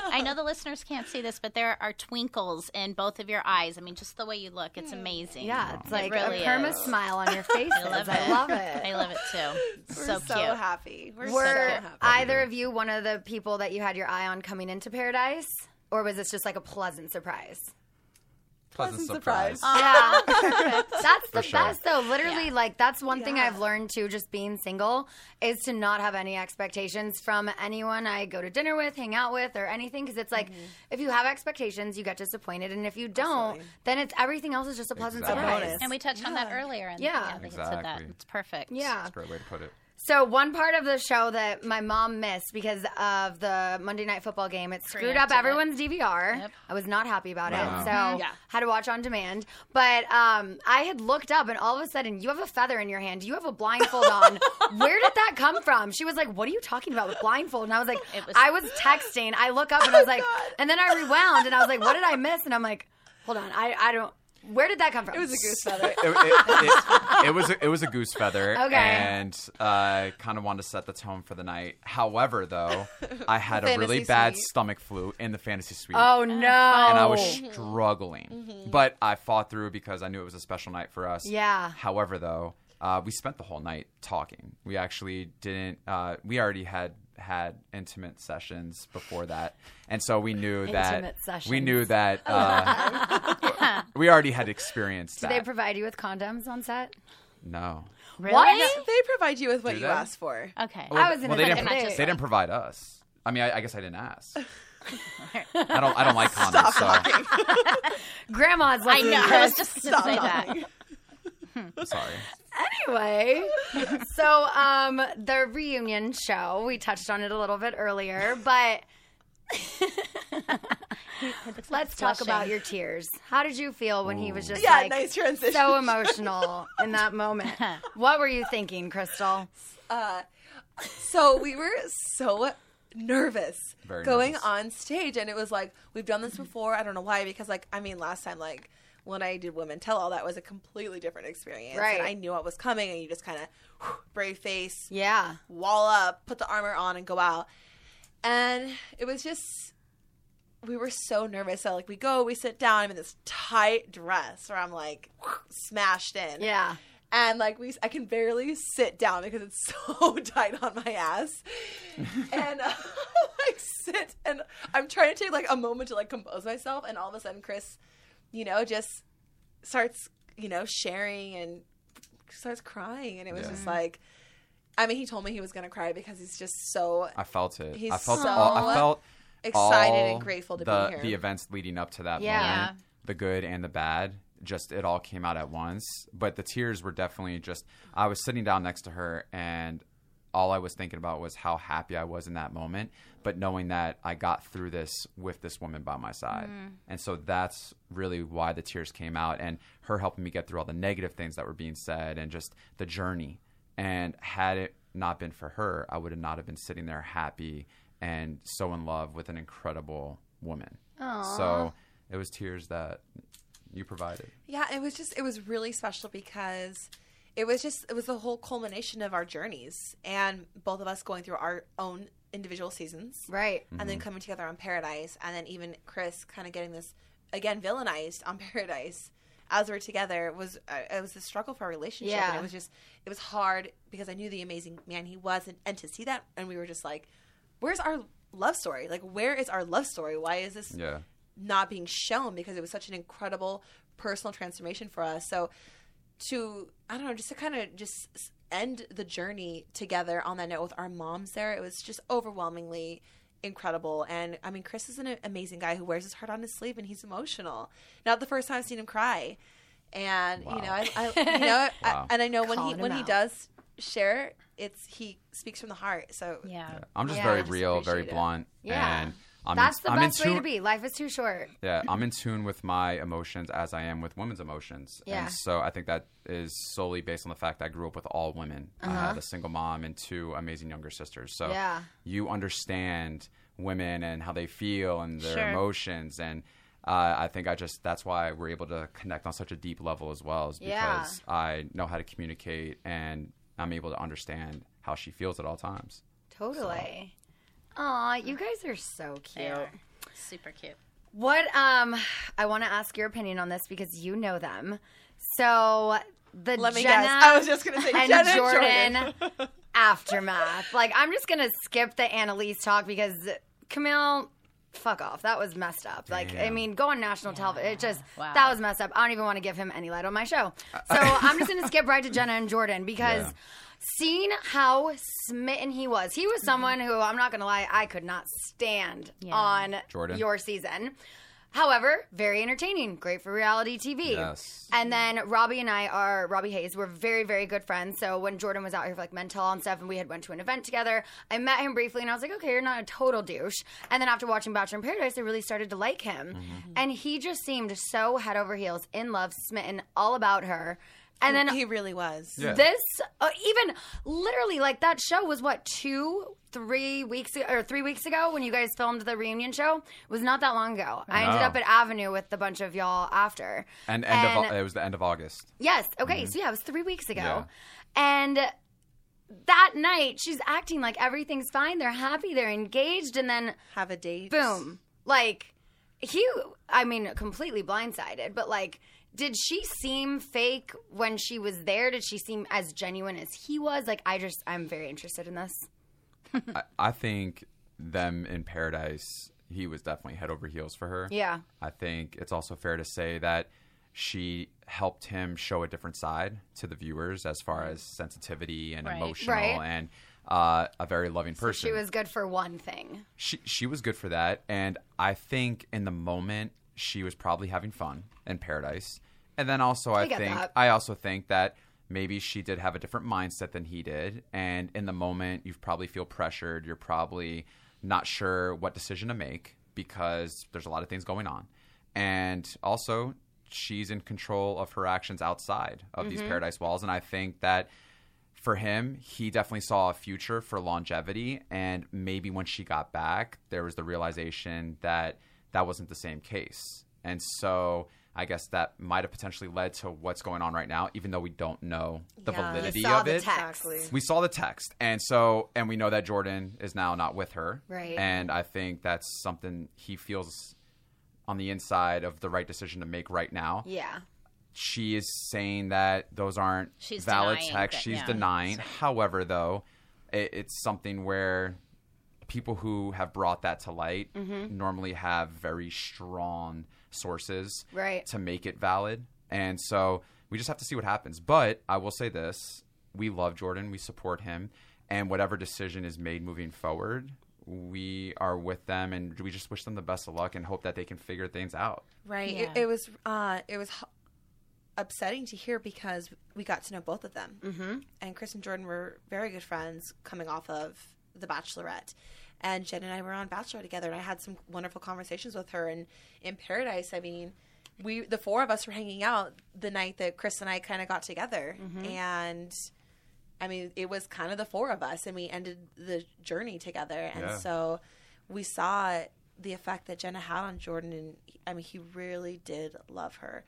Speaker 8: truly, I know the listeners can't see this, but there are twinkles in both of your eyes. I mean, just the way you look, it's amazing.
Speaker 3: Yeah, it's like
Speaker 8: really
Speaker 3: a perma
Speaker 8: is.
Speaker 3: smile on your face. I love it. I love it.
Speaker 8: I love it too. It's
Speaker 7: We're
Speaker 8: so
Speaker 7: so,
Speaker 8: cute.
Speaker 7: happy. We're so
Speaker 3: Were
Speaker 7: happy.
Speaker 3: either of you one of the people that you had your eye on coming into paradise, or was this just like a pleasant surprise?
Speaker 6: Pleasant,
Speaker 7: surprise.
Speaker 3: Yeah, that's the
Speaker 6: sure.
Speaker 3: best though. Literally,
Speaker 8: Yeah.
Speaker 3: like that's one thing
Speaker 7: Yeah.
Speaker 3: I've learned too. Just being single is to not have any expectations from anyone I go to dinner with, hang out with, or anything. Because it's like if you have expectations, you get disappointed, and if you don't, then it's everything else is just a pleasant
Speaker 6: Exactly.
Speaker 3: surprise.
Speaker 7: Bonus.
Speaker 8: And we touched on that earlier. And
Speaker 3: Yeah.
Speaker 8: I think it said that.
Speaker 6: Exactly.
Speaker 8: It's perfect.
Speaker 3: Yeah.
Speaker 6: That's a great way to put it.
Speaker 3: So one part of the show that my mom missed because of the Monday Night Football game, it screwed up
Speaker 8: Preempted it.
Speaker 3: everyone's DVR.
Speaker 8: Yep.
Speaker 3: I was not happy about it,
Speaker 6: No.
Speaker 3: so had to watch on demand. But um, I had looked up, and all of a sudden, you have a feather in your hand. You have a blindfold on. Where did that come from? She was like, "What are you talking about with blindfold?" And I was like,
Speaker 8: was-
Speaker 3: "I was texting. I look up, and I was
Speaker 7: Oh
Speaker 3: like, and then I rewound, and I was like, "What did I miss?" And I'm like, "Hold on, I, I don't. Where did that come from?"
Speaker 7: It was a goose feather.
Speaker 6: it, it- it- it was a, it was a goose feather,
Speaker 3: Okay.
Speaker 6: and uh, kind of wanted to set the tone for the night. However, though, I had a really
Speaker 7: Fantasy
Speaker 6: bad
Speaker 7: suite.
Speaker 6: stomach flu in the fantasy suite,
Speaker 3: Oh no!
Speaker 6: and I was struggling. But I fought through because I knew it was a special night for us.
Speaker 3: Yeah.
Speaker 6: However, though, uh, we spent the whole night talking. We actually didn't. Uh, we already had had intimate sessions before that, and so we knew that
Speaker 3: Intimate Oh,
Speaker 6: we knew that uh, we already had experienced
Speaker 3: Did
Speaker 6: that.
Speaker 3: they provide you with condoms on set?
Speaker 6: no.
Speaker 8: Really?
Speaker 3: What?
Speaker 7: They provide you with what you
Speaker 6: they?
Speaker 7: asked for.
Speaker 8: Okay.
Speaker 6: Well,
Speaker 3: was in
Speaker 6: well,
Speaker 3: a
Speaker 6: they
Speaker 3: second
Speaker 6: didn't.
Speaker 8: grade.
Speaker 6: They
Speaker 8: Just-
Speaker 6: didn't provide us. I mean, I, I guess I didn't ask. I don't. I don't like condoms.
Speaker 7: Stop
Speaker 6: So
Speaker 7: lying.
Speaker 3: Grandma's
Speaker 8: I
Speaker 3: like,
Speaker 8: know. I was just going to say that.
Speaker 6: I'm sorry.
Speaker 3: anyway. so, um, the reunion show, we touched on it a little bit earlier, but let's talk about your tears. How did you feel when he was just
Speaker 7: Yeah,
Speaker 3: like
Speaker 7: nice transition.
Speaker 3: so emotional in that moment? What were you thinking, Crystal?
Speaker 7: so we were so nervous
Speaker 6: Very
Speaker 7: going
Speaker 6: nervous.
Speaker 7: on stage and it was like we've done this before i don't know why because like i mean last time like when i did women tell all that was a completely different experience and
Speaker 3: Right.
Speaker 7: i knew what was coming and you just kind of brave face
Speaker 3: Yeah.
Speaker 7: wall up put the armor on and go out and it was just we were so nervous so like we go we sit down i'm in this tight dress where i'm like smashed in
Speaker 3: Yeah.
Speaker 7: and like we i can barely sit down because it's so tight on my ass and uh, i sit and i'm trying to take like a moment to like compose myself and all of a sudden chris you know just starts you know sharing and starts crying and it was
Speaker 6: Yeah.
Speaker 7: just like i mean he told me he was gonna cry because he's just so
Speaker 6: I felt it.
Speaker 7: He's
Speaker 6: I felt.
Speaker 7: so
Speaker 6: all, I felt
Speaker 7: excited
Speaker 6: all
Speaker 7: and grateful to
Speaker 6: the,
Speaker 7: be here
Speaker 6: The events leading up to that
Speaker 3: Yeah.
Speaker 6: moment, the good and the bad, just it all came out at once. But the tears were definitely just. I was sitting down next to her, and all I was thinking about was how happy I was in that moment. But knowing that I got through this with this woman by my side,
Speaker 3: Mm.
Speaker 6: and so that's really why the tears came out, and her helping me get through all the negative things that were being said, and just the journey. And had it not been for her, I would have not have been sitting there happy and so in love with an incredible woman. So it was tears that you provided.
Speaker 7: Yeah, it was just it was really special because it was just it was the whole culmination of our journeys and both of us going through our own individual seasons
Speaker 3: Right.
Speaker 7: and then coming together on Paradise and then even Chris kind of getting this again villainized on Paradise as we're together was uh, it was the struggle for our relationship and
Speaker 3: Yeah.
Speaker 7: it was just it was hard because I knew the amazing man he was and, and to see that and we were just like where's our love story like where is our love story why is this
Speaker 6: Yeah.
Speaker 7: not being shown because it was such an incredible personal transformation for us. So to I don't know, just to kind of just s- end the journey together on that note with our moms there, it was just overwhelmingly incredible. And I mean, Chris is an amazing guy who wears his heart on his sleeve and he's emotional. Not the first time I've seen him cry. and you know,
Speaker 6: Wow.
Speaker 7: I, I you know, I-
Speaker 6: Wow.
Speaker 7: and I know when
Speaker 3: Calling
Speaker 7: he
Speaker 3: him
Speaker 7: when he
Speaker 3: out.
Speaker 7: does share, it's he speaks from the heart. So
Speaker 8: Yeah.
Speaker 6: I'm just
Speaker 3: Yeah,
Speaker 6: very
Speaker 3: just
Speaker 6: real, very
Speaker 3: appreciate it.
Speaker 6: blunt.
Speaker 3: Yeah.
Speaker 6: And I'm
Speaker 3: That's
Speaker 6: in,
Speaker 3: the
Speaker 6: I'm in
Speaker 3: best way to
Speaker 6: tune-
Speaker 3: be. Life is too short.
Speaker 6: Yeah, I'm in tune with my emotions as I am with women's emotions.
Speaker 3: Yeah.
Speaker 6: And so I think that is solely based on the fact that I grew up with all women. I had a single mom and two amazing younger sisters. So
Speaker 3: Uh-huh. Yeah.
Speaker 6: you understand women and how they feel and their
Speaker 8: Sure.
Speaker 6: emotions. And uh, I think I just, that's why we're able to connect on such a deep level as well, is
Speaker 3: Yeah.
Speaker 6: because I know how to communicate and I'm able to understand how she feels at all times.
Speaker 3: Totally. Aw, you guys are so cute.
Speaker 8: Super cute.
Speaker 3: What um I want to ask your opinion on this because you know them. So the
Speaker 7: let me
Speaker 3: Jenna
Speaker 7: guess. I was just gonna say
Speaker 3: and
Speaker 7: Jenna
Speaker 3: Jordan,
Speaker 7: Jordan.
Speaker 3: aftermath. Like I'm just gonna skip the Annalise talk because Camille, fuck off. That was messed up. Like I mean, go on national television. It just
Speaker 8: Wow.
Speaker 3: that was messed up. I don't even want to give him any light on my show. So I'm just gonna skip right to Jenna and Jordan because. Seeing how smitten he was, he
Speaker 7: Mm-hmm.
Speaker 3: was someone who I'm not gonna lie, I could not stand on
Speaker 6: Jordan.
Speaker 3: your season. However, very entertaining, great for reality TV.
Speaker 6: Yes.
Speaker 3: And then Robbie and I are Robbie Hayes. We're very, very good friends. So when Jordan was out here for like mental and stuff, and we had went to an event together, I met him briefly, and I was like, okay, you're not a total douche. And then after watching Bachelor in Paradise, I really started to like him, and he just seemed so head over heels in love, smitten, all about her. And then
Speaker 7: Oh, he really was.
Speaker 6: Yeah.
Speaker 3: this uh, even literally like that show was what two three weeks ago, or three weeks ago when you guys filmed the reunion show It was not that long ago i ended
Speaker 6: Wow.
Speaker 3: up at avenue with a bunch of y'all after
Speaker 6: And, end of,
Speaker 3: And-
Speaker 6: au- it was the end of August.
Speaker 3: yes okay so yeah it was three weeks ago
Speaker 6: Yeah.
Speaker 3: and that night she's acting like everything's fine they're happy they're engaged and then
Speaker 7: Have a date.
Speaker 3: boom like he i mean completely blindsided but like did she seem fake when she was there did she seem as genuine as he was like i just i'm very interested in this
Speaker 6: I think them in paradise, he was definitely head over heels for her.
Speaker 3: Yeah.
Speaker 6: I think it's also fair to say that she helped him show a different side to the viewers as far as sensitivity and
Speaker 8: Right.
Speaker 6: emotional
Speaker 3: Mm-hmm. Right.
Speaker 6: and uh, a very loving person.
Speaker 3: she was good for one thing
Speaker 6: she she was good for that, and I think in the moment she was probably having fun in paradise. And then also, I
Speaker 3: get
Speaker 6: think
Speaker 3: that.
Speaker 6: I also think that maybe she did have a different mindset than he did, and in the moment you probably feel pressured. You're probably not sure what decision to make because there's a lot of things going on, and also she's in control of her actions outside of
Speaker 3: Mm-hmm.
Speaker 6: these paradise walls. And I think that for him, he definitely saw a future for longevity. And maybe when she got back, there was the realization that that wasn't the same case. And so I guess that might have potentially led to what's going on right now, even though we don't know the
Speaker 7: Yeah.
Speaker 6: validity
Speaker 3: you saw
Speaker 6: of
Speaker 3: the
Speaker 6: it.
Speaker 3: text
Speaker 7: Exactly.
Speaker 6: We saw the text, and so and we know that Jordan is now not with her,
Speaker 3: Right.
Speaker 6: And I think that's something he feels on the inside of the right decision to make right now
Speaker 3: yeah
Speaker 6: she is saying that those aren't
Speaker 8: She's
Speaker 6: valid
Speaker 8: denying
Speaker 6: texts.
Speaker 8: that-
Speaker 6: She's
Speaker 8: yeah.
Speaker 6: denying. However, though, it, it's something where people who have brought that to light
Speaker 8: Mm-hmm.
Speaker 6: normally have very strong sources
Speaker 3: Right.
Speaker 6: to make it valid. And so we just have to see what happens. But I will say this we love Jordan, we support him. And whatever decision is made moving forward, we are with them and we just wish them the best of luck and hope that they can figure things out.
Speaker 7: Right.
Speaker 8: Yeah.
Speaker 7: It, it was uh, it was h- upsetting to hear because we got to know both of them, mm-hmm. and Chris and Jordan were very good friends coming off of The Bachelorette, and Jen and I were on Bachelor together, and I had some wonderful conversations with her. And in Paradise, I mean, we the four of us were hanging out the night that Chris and I kind of got together, and. I mean, it was kind of the four of us, and we ended the journey together. And
Speaker 6: Yeah.
Speaker 7: so we saw the effect that Jenna had on Jordan, and I mean, he really did love her.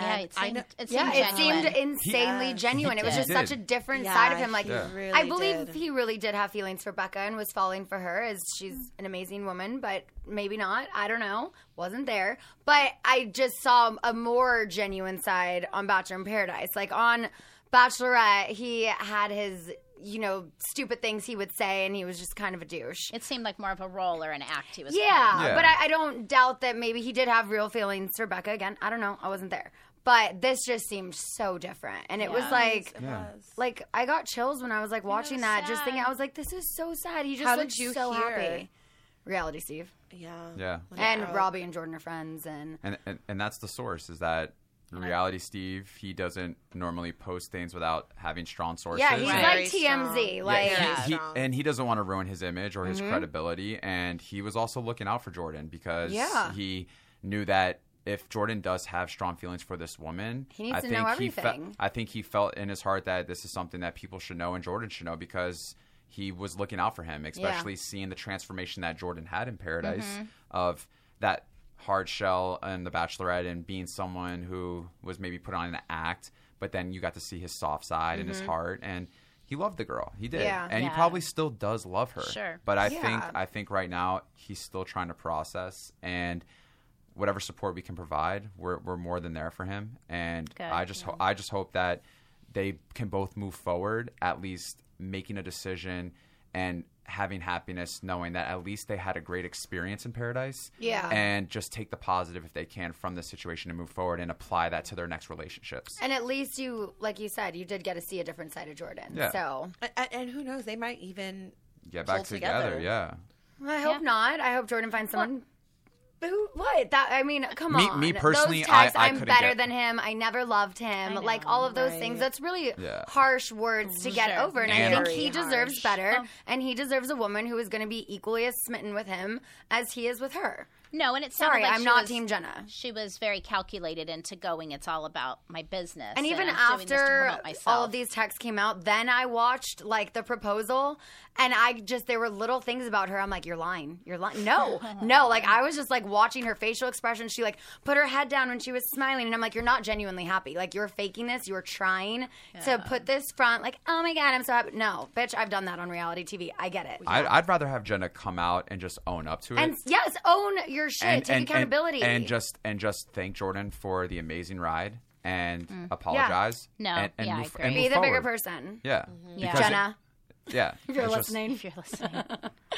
Speaker 8: yeah,
Speaker 7: And
Speaker 8: it seemed,
Speaker 7: I know,
Speaker 8: it seemed
Speaker 3: yeah it
Speaker 8: genuine.
Speaker 3: seemed insanely genuine it was
Speaker 6: He
Speaker 3: just such a
Speaker 6: did.
Speaker 3: different
Speaker 7: Yeah,
Speaker 3: side of him like
Speaker 7: he really
Speaker 3: i believe
Speaker 7: did.
Speaker 3: he really did have feelings for becca and was falling for her as she's an amazing woman but maybe not i don't know wasn't there but i just saw a more genuine side on bachelor in paradise like on bachelorette he had his you know stupid things he would say and he was just kind of a douche
Speaker 8: It seemed like more of a role or an act he was
Speaker 3: yeah,
Speaker 6: Yeah.
Speaker 3: but I, I don't doubt that maybe he did have real feelings for Becca again. I don't know. I wasn't there. But this just seemed so different. And it was like like I got chills when I was like watching that, just thinking I was like, This is so sad. He just
Speaker 7: How
Speaker 3: looked
Speaker 7: did you
Speaker 3: so
Speaker 7: hear?
Speaker 3: happy. Reality Steve.
Speaker 7: yeah,
Speaker 6: Yeah.
Speaker 7: When
Speaker 3: And
Speaker 7: I-
Speaker 3: Robbie and Jordan are friends and
Speaker 6: and, and and that's the source is that Reality Steve, he doesn't normally post things without having strong sources.
Speaker 7: Yeah, he's
Speaker 3: He's
Speaker 6: and-
Speaker 7: Very
Speaker 3: like TMZ.
Speaker 7: strong.
Speaker 3: Like, Mm-hmm.
Speaker 6: yeah, he- he-
Speaker 7: strong.
Speaker 6: and he doesn't want to ruin his image or his credibility. And he was also looking out for Jordan because
Speaker 7: Yeah.
Speaker 6: he knew that if Jordan does have strong feelings for this woman,
Speaker 3: He needs
Speaker 6: I
Speaker 3: to
Speaker 6: think
Speaker 3: know
Speaker 6: he fe-
Speaker 3: everything.
Speaker 6: I think he felt in his heart that this is something that people should know and Jordan should know because he was looking out for him, especially seeing the transformation that Jordan had in Paradise of that hard shell and the bachelorette and being someone who was maybe put on an act but then you got to see his soft side and his heart and he loved the girl he did
Speaker 7: Yeah.
Speaker 6: and he
Speaker 8: Yeah.
Speaker 6: probably still does love her
Speaker 8: Sure.
Speaker 6: but i
Speaker 7: Yeah.
Speaker 6: think i think right now he's still trying to process and whatever support we can provide, we're, we're more than there for him. And
Speaker 8: Good.
Speaker 6: I just ho- I just hope that they can both move forward, at least making a decision and having happiness, knowing that at least they had a great experience in paradise.
Speaker 7: Yeah.
Speaker 6: And just take the positive if they can from this situation and move forward and apply that to their next relationships.
Speaker 3: and at least you, like you said, you did get to see a different side of Jordan.
Speaker 6: Yeah.
Speaker 3: So
Speaker 7: and, and who knows? They might even.
Speaker 6: Get back
Speaker 7: pull
Speaker 6: together.
Speaker 7: together.
Speaker 6: Yeah.
Speaker 3: I hope not. I hope Jordan finds someone. But Who? What? That? I mean, come
Speaker 6: Me-
Speaker 3: on.
Speaker 6: me personally,
Speaker 3: those texts,
Speaker 6: I- I
Speaker 3: am
Speaker 6: couldn't
Speaker 3: better
Speaker 6: get-
Speaker 3: than him. I never loved him. like all of those things. That's really
Speaker 6: Yeah.
Speaker 3: harsh words to get over, and I
Speaker 6: And-
Speaker 3: think he
Speaker 7: Very
Speaker 3: deserves
Speaker 7: harsh.
Speaker 3: better. And he deserves a woman who is going to be equally as smitten with him as he is with her.
Speaker 8: No, and it sounded
Speaker 3: Sorry,
Speaker 8: like
Speaker 3: I'm
Speaker 8: she
Speaker 3: not
Speaker 8: was-
Speaker 3: Team Jenna.
Speaker 8: She was very calculated into going. It's all about my business,
Speaker 3: And even
Speaker 8: I'm doing this to
Speaker 3: after
Speaker 8: promote myself.
Speaker 3: all of these texts came out, then I watched like the proposal, and I just there were little things about her. I'm like, you're lying, you're lying. No, no. Like I was just like watching her facial expression. She like put her head down when she was smiling, and I'm like, you're not genuinely happy. Like you're faking this. You're trying to put this front. Like, oh my god, I'm so happy. No, bitch, I've done that on reality TV. I get it.
Speaker 6: I'd, I'd rather have Jenna come out and just own up to it.
Speaker 3: and yes, own your shit. Take accountability.
Speaker 6: And, just and just thank Jordan for the amazing ride and
Speaker 3: Mm.
Speaker 6: apologize.
Speaker 8: No,
Speaker 6: and, and
Speaker 8: yeah, I
Speaker 6: move,
Speaker 8: agree.
Speaker 6: and
Speaker 3: be
Speaker 6: move
Speaker 3: the bigger
Speaker 6: forward.
Speaker 3: person.
Speaker 6: Yeah,
Speaker 8: Yeah.
Speaker 6: Because it-
Speaker 3: Jenna,
Speaker 6: yeah,
Speaker 3: if you're
Speaker 6: it's just-
Speaker 3: listening.
Speaker 8: if you're listening.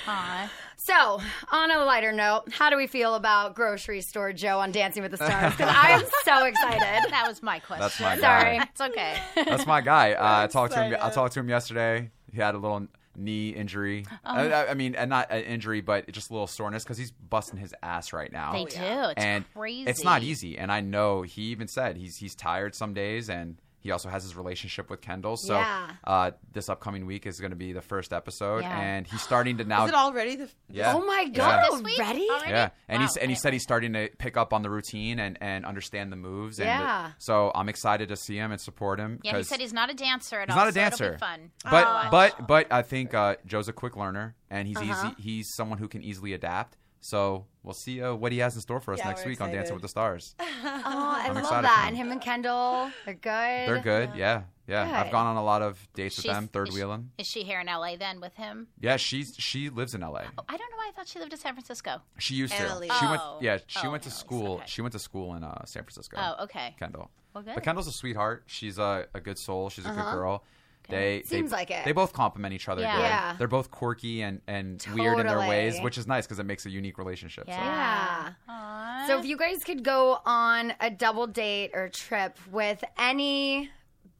Speaker 8: Aw.
Speaker 3: So, on a lighter note, how do we feel about grocery store Joe on Dancing with the Stars? Because I am so excited.
Speaker 8: That was my question.
Speaker 6: That's my
Speaker 3: Sorry.
Speaker 6: guy.
Speaker 8: It's okay.
Speaker 6: That's my guy. Uh, I talked to him. I talked to him yesterday. He had a little knee injury.
Speaker 3: Oh.
Speaker 6: I, I- I mean, and not an injury, but just a little soreness because he's busting his ass right now.
Speaker 8: They do. Oh, It's
Speaker 6: Oh, and
Speaker 8: crazy.
Speaker 6: It's not easy, and I know he even said he's he's tired some days, and he also has his relationship with Kendall. So
Speaker 3: Yeah.
Speaker 6: uh, this upcoming week is going to be the first episode,
Speaker 8: Yeah.
Speaker 6: and he's starting to now.
Speaker 7: Is it already the?
Speaker 6: yeah.
Speaker 3: Oh my
Speaker 6: Yeah.
Speaker 3: God,
Speaker 8: This week?
Speaker 3: already?
Speaker 8: Already?
Speaker 6: Yeah, and
Speaker 8: Wow.
Speaker 6: he's and he said he's starting to pick up on the routine and, and understand the moves. And
Speaker 3: Yeah.
Speaker 6: so I'm excited to see him and support him.
Speaker 8: Yeah, he
Speaker 6: 'cause
Speaker 8: said he's not a dancer at
Speaker 6: he's
Speaker 8: all.
Speaker 6: not a dancer.
Speaker 8: So it'll be fun.
Speaker 6: But but but I think uh, Joe's a quick learner and he's
Speaker 8: Uh-huh.
Speaker 6: easy. He's someone who can easily adapt. So we'll see uh, what he has in store for us
Speaker 7: Yeah,
Speaker 6: next
Speaker 7: we're
Speaker 6: week on Dancing
Speaker 7: excited.
Speaker 6: with the Stars.
Speaker 3: Oh, I love
Speaker 6: excited
Speaker 3: that.
Speaker 6: for him.
Speaker 3: And him and Kendall, they're good.
Speaker 6: They're good. Yeah. Yeah. I've
Speaker 3: Good.
Speaker 6: gone on a lot of dates with
Speaker 8: She's-
Speaker 6: them, third
Speaker 8: is she-
Speaker 6: wheeling.
Speaker 8: Is she here in LA then with him? Oh,
Speaker 6: Yeah, she's she lives in LA.
Speaker 8: I don't know why I thought she lived in San Francisco.
Speaker 6: She used to.
Speaker 7: Annalise.
Speaker 6: She went
Speaker 8: Oh.
Speaker 6: yeah, she
Speaker 8: Oh,
Speaker 6: went to
Speaker 8: Annalise,
Speaker 6: school.
Speaker 8: okay.
Speaker 6: She went to school in uh, San Francisco.
Speaker 8: Oh, okay.
Speaker 6: Kendall.
Speaker 8: Well, good. Uh-huh.
Speaker 6: But Kendall's a sweetheart. She's a, a good soul. She's a good girl. They
Speaker 3: Seems
Speaker 6: they,
Speaker 3: like it.
Speaker 6: They both complement each other.
Speaker 8: Yeah.
Speaker 6: good.
Speaker 3: Yeah.
Speaker 6: They're both quirky and, and weird in their ways,
Speaker 3: Totally.
Speaker 6: which is nice because it makes a unique relationship. so.
Speaker 3: Yeah.
Speaker 8: Aw.
Speaker 3: So, if you guys could go on a double date or trip with any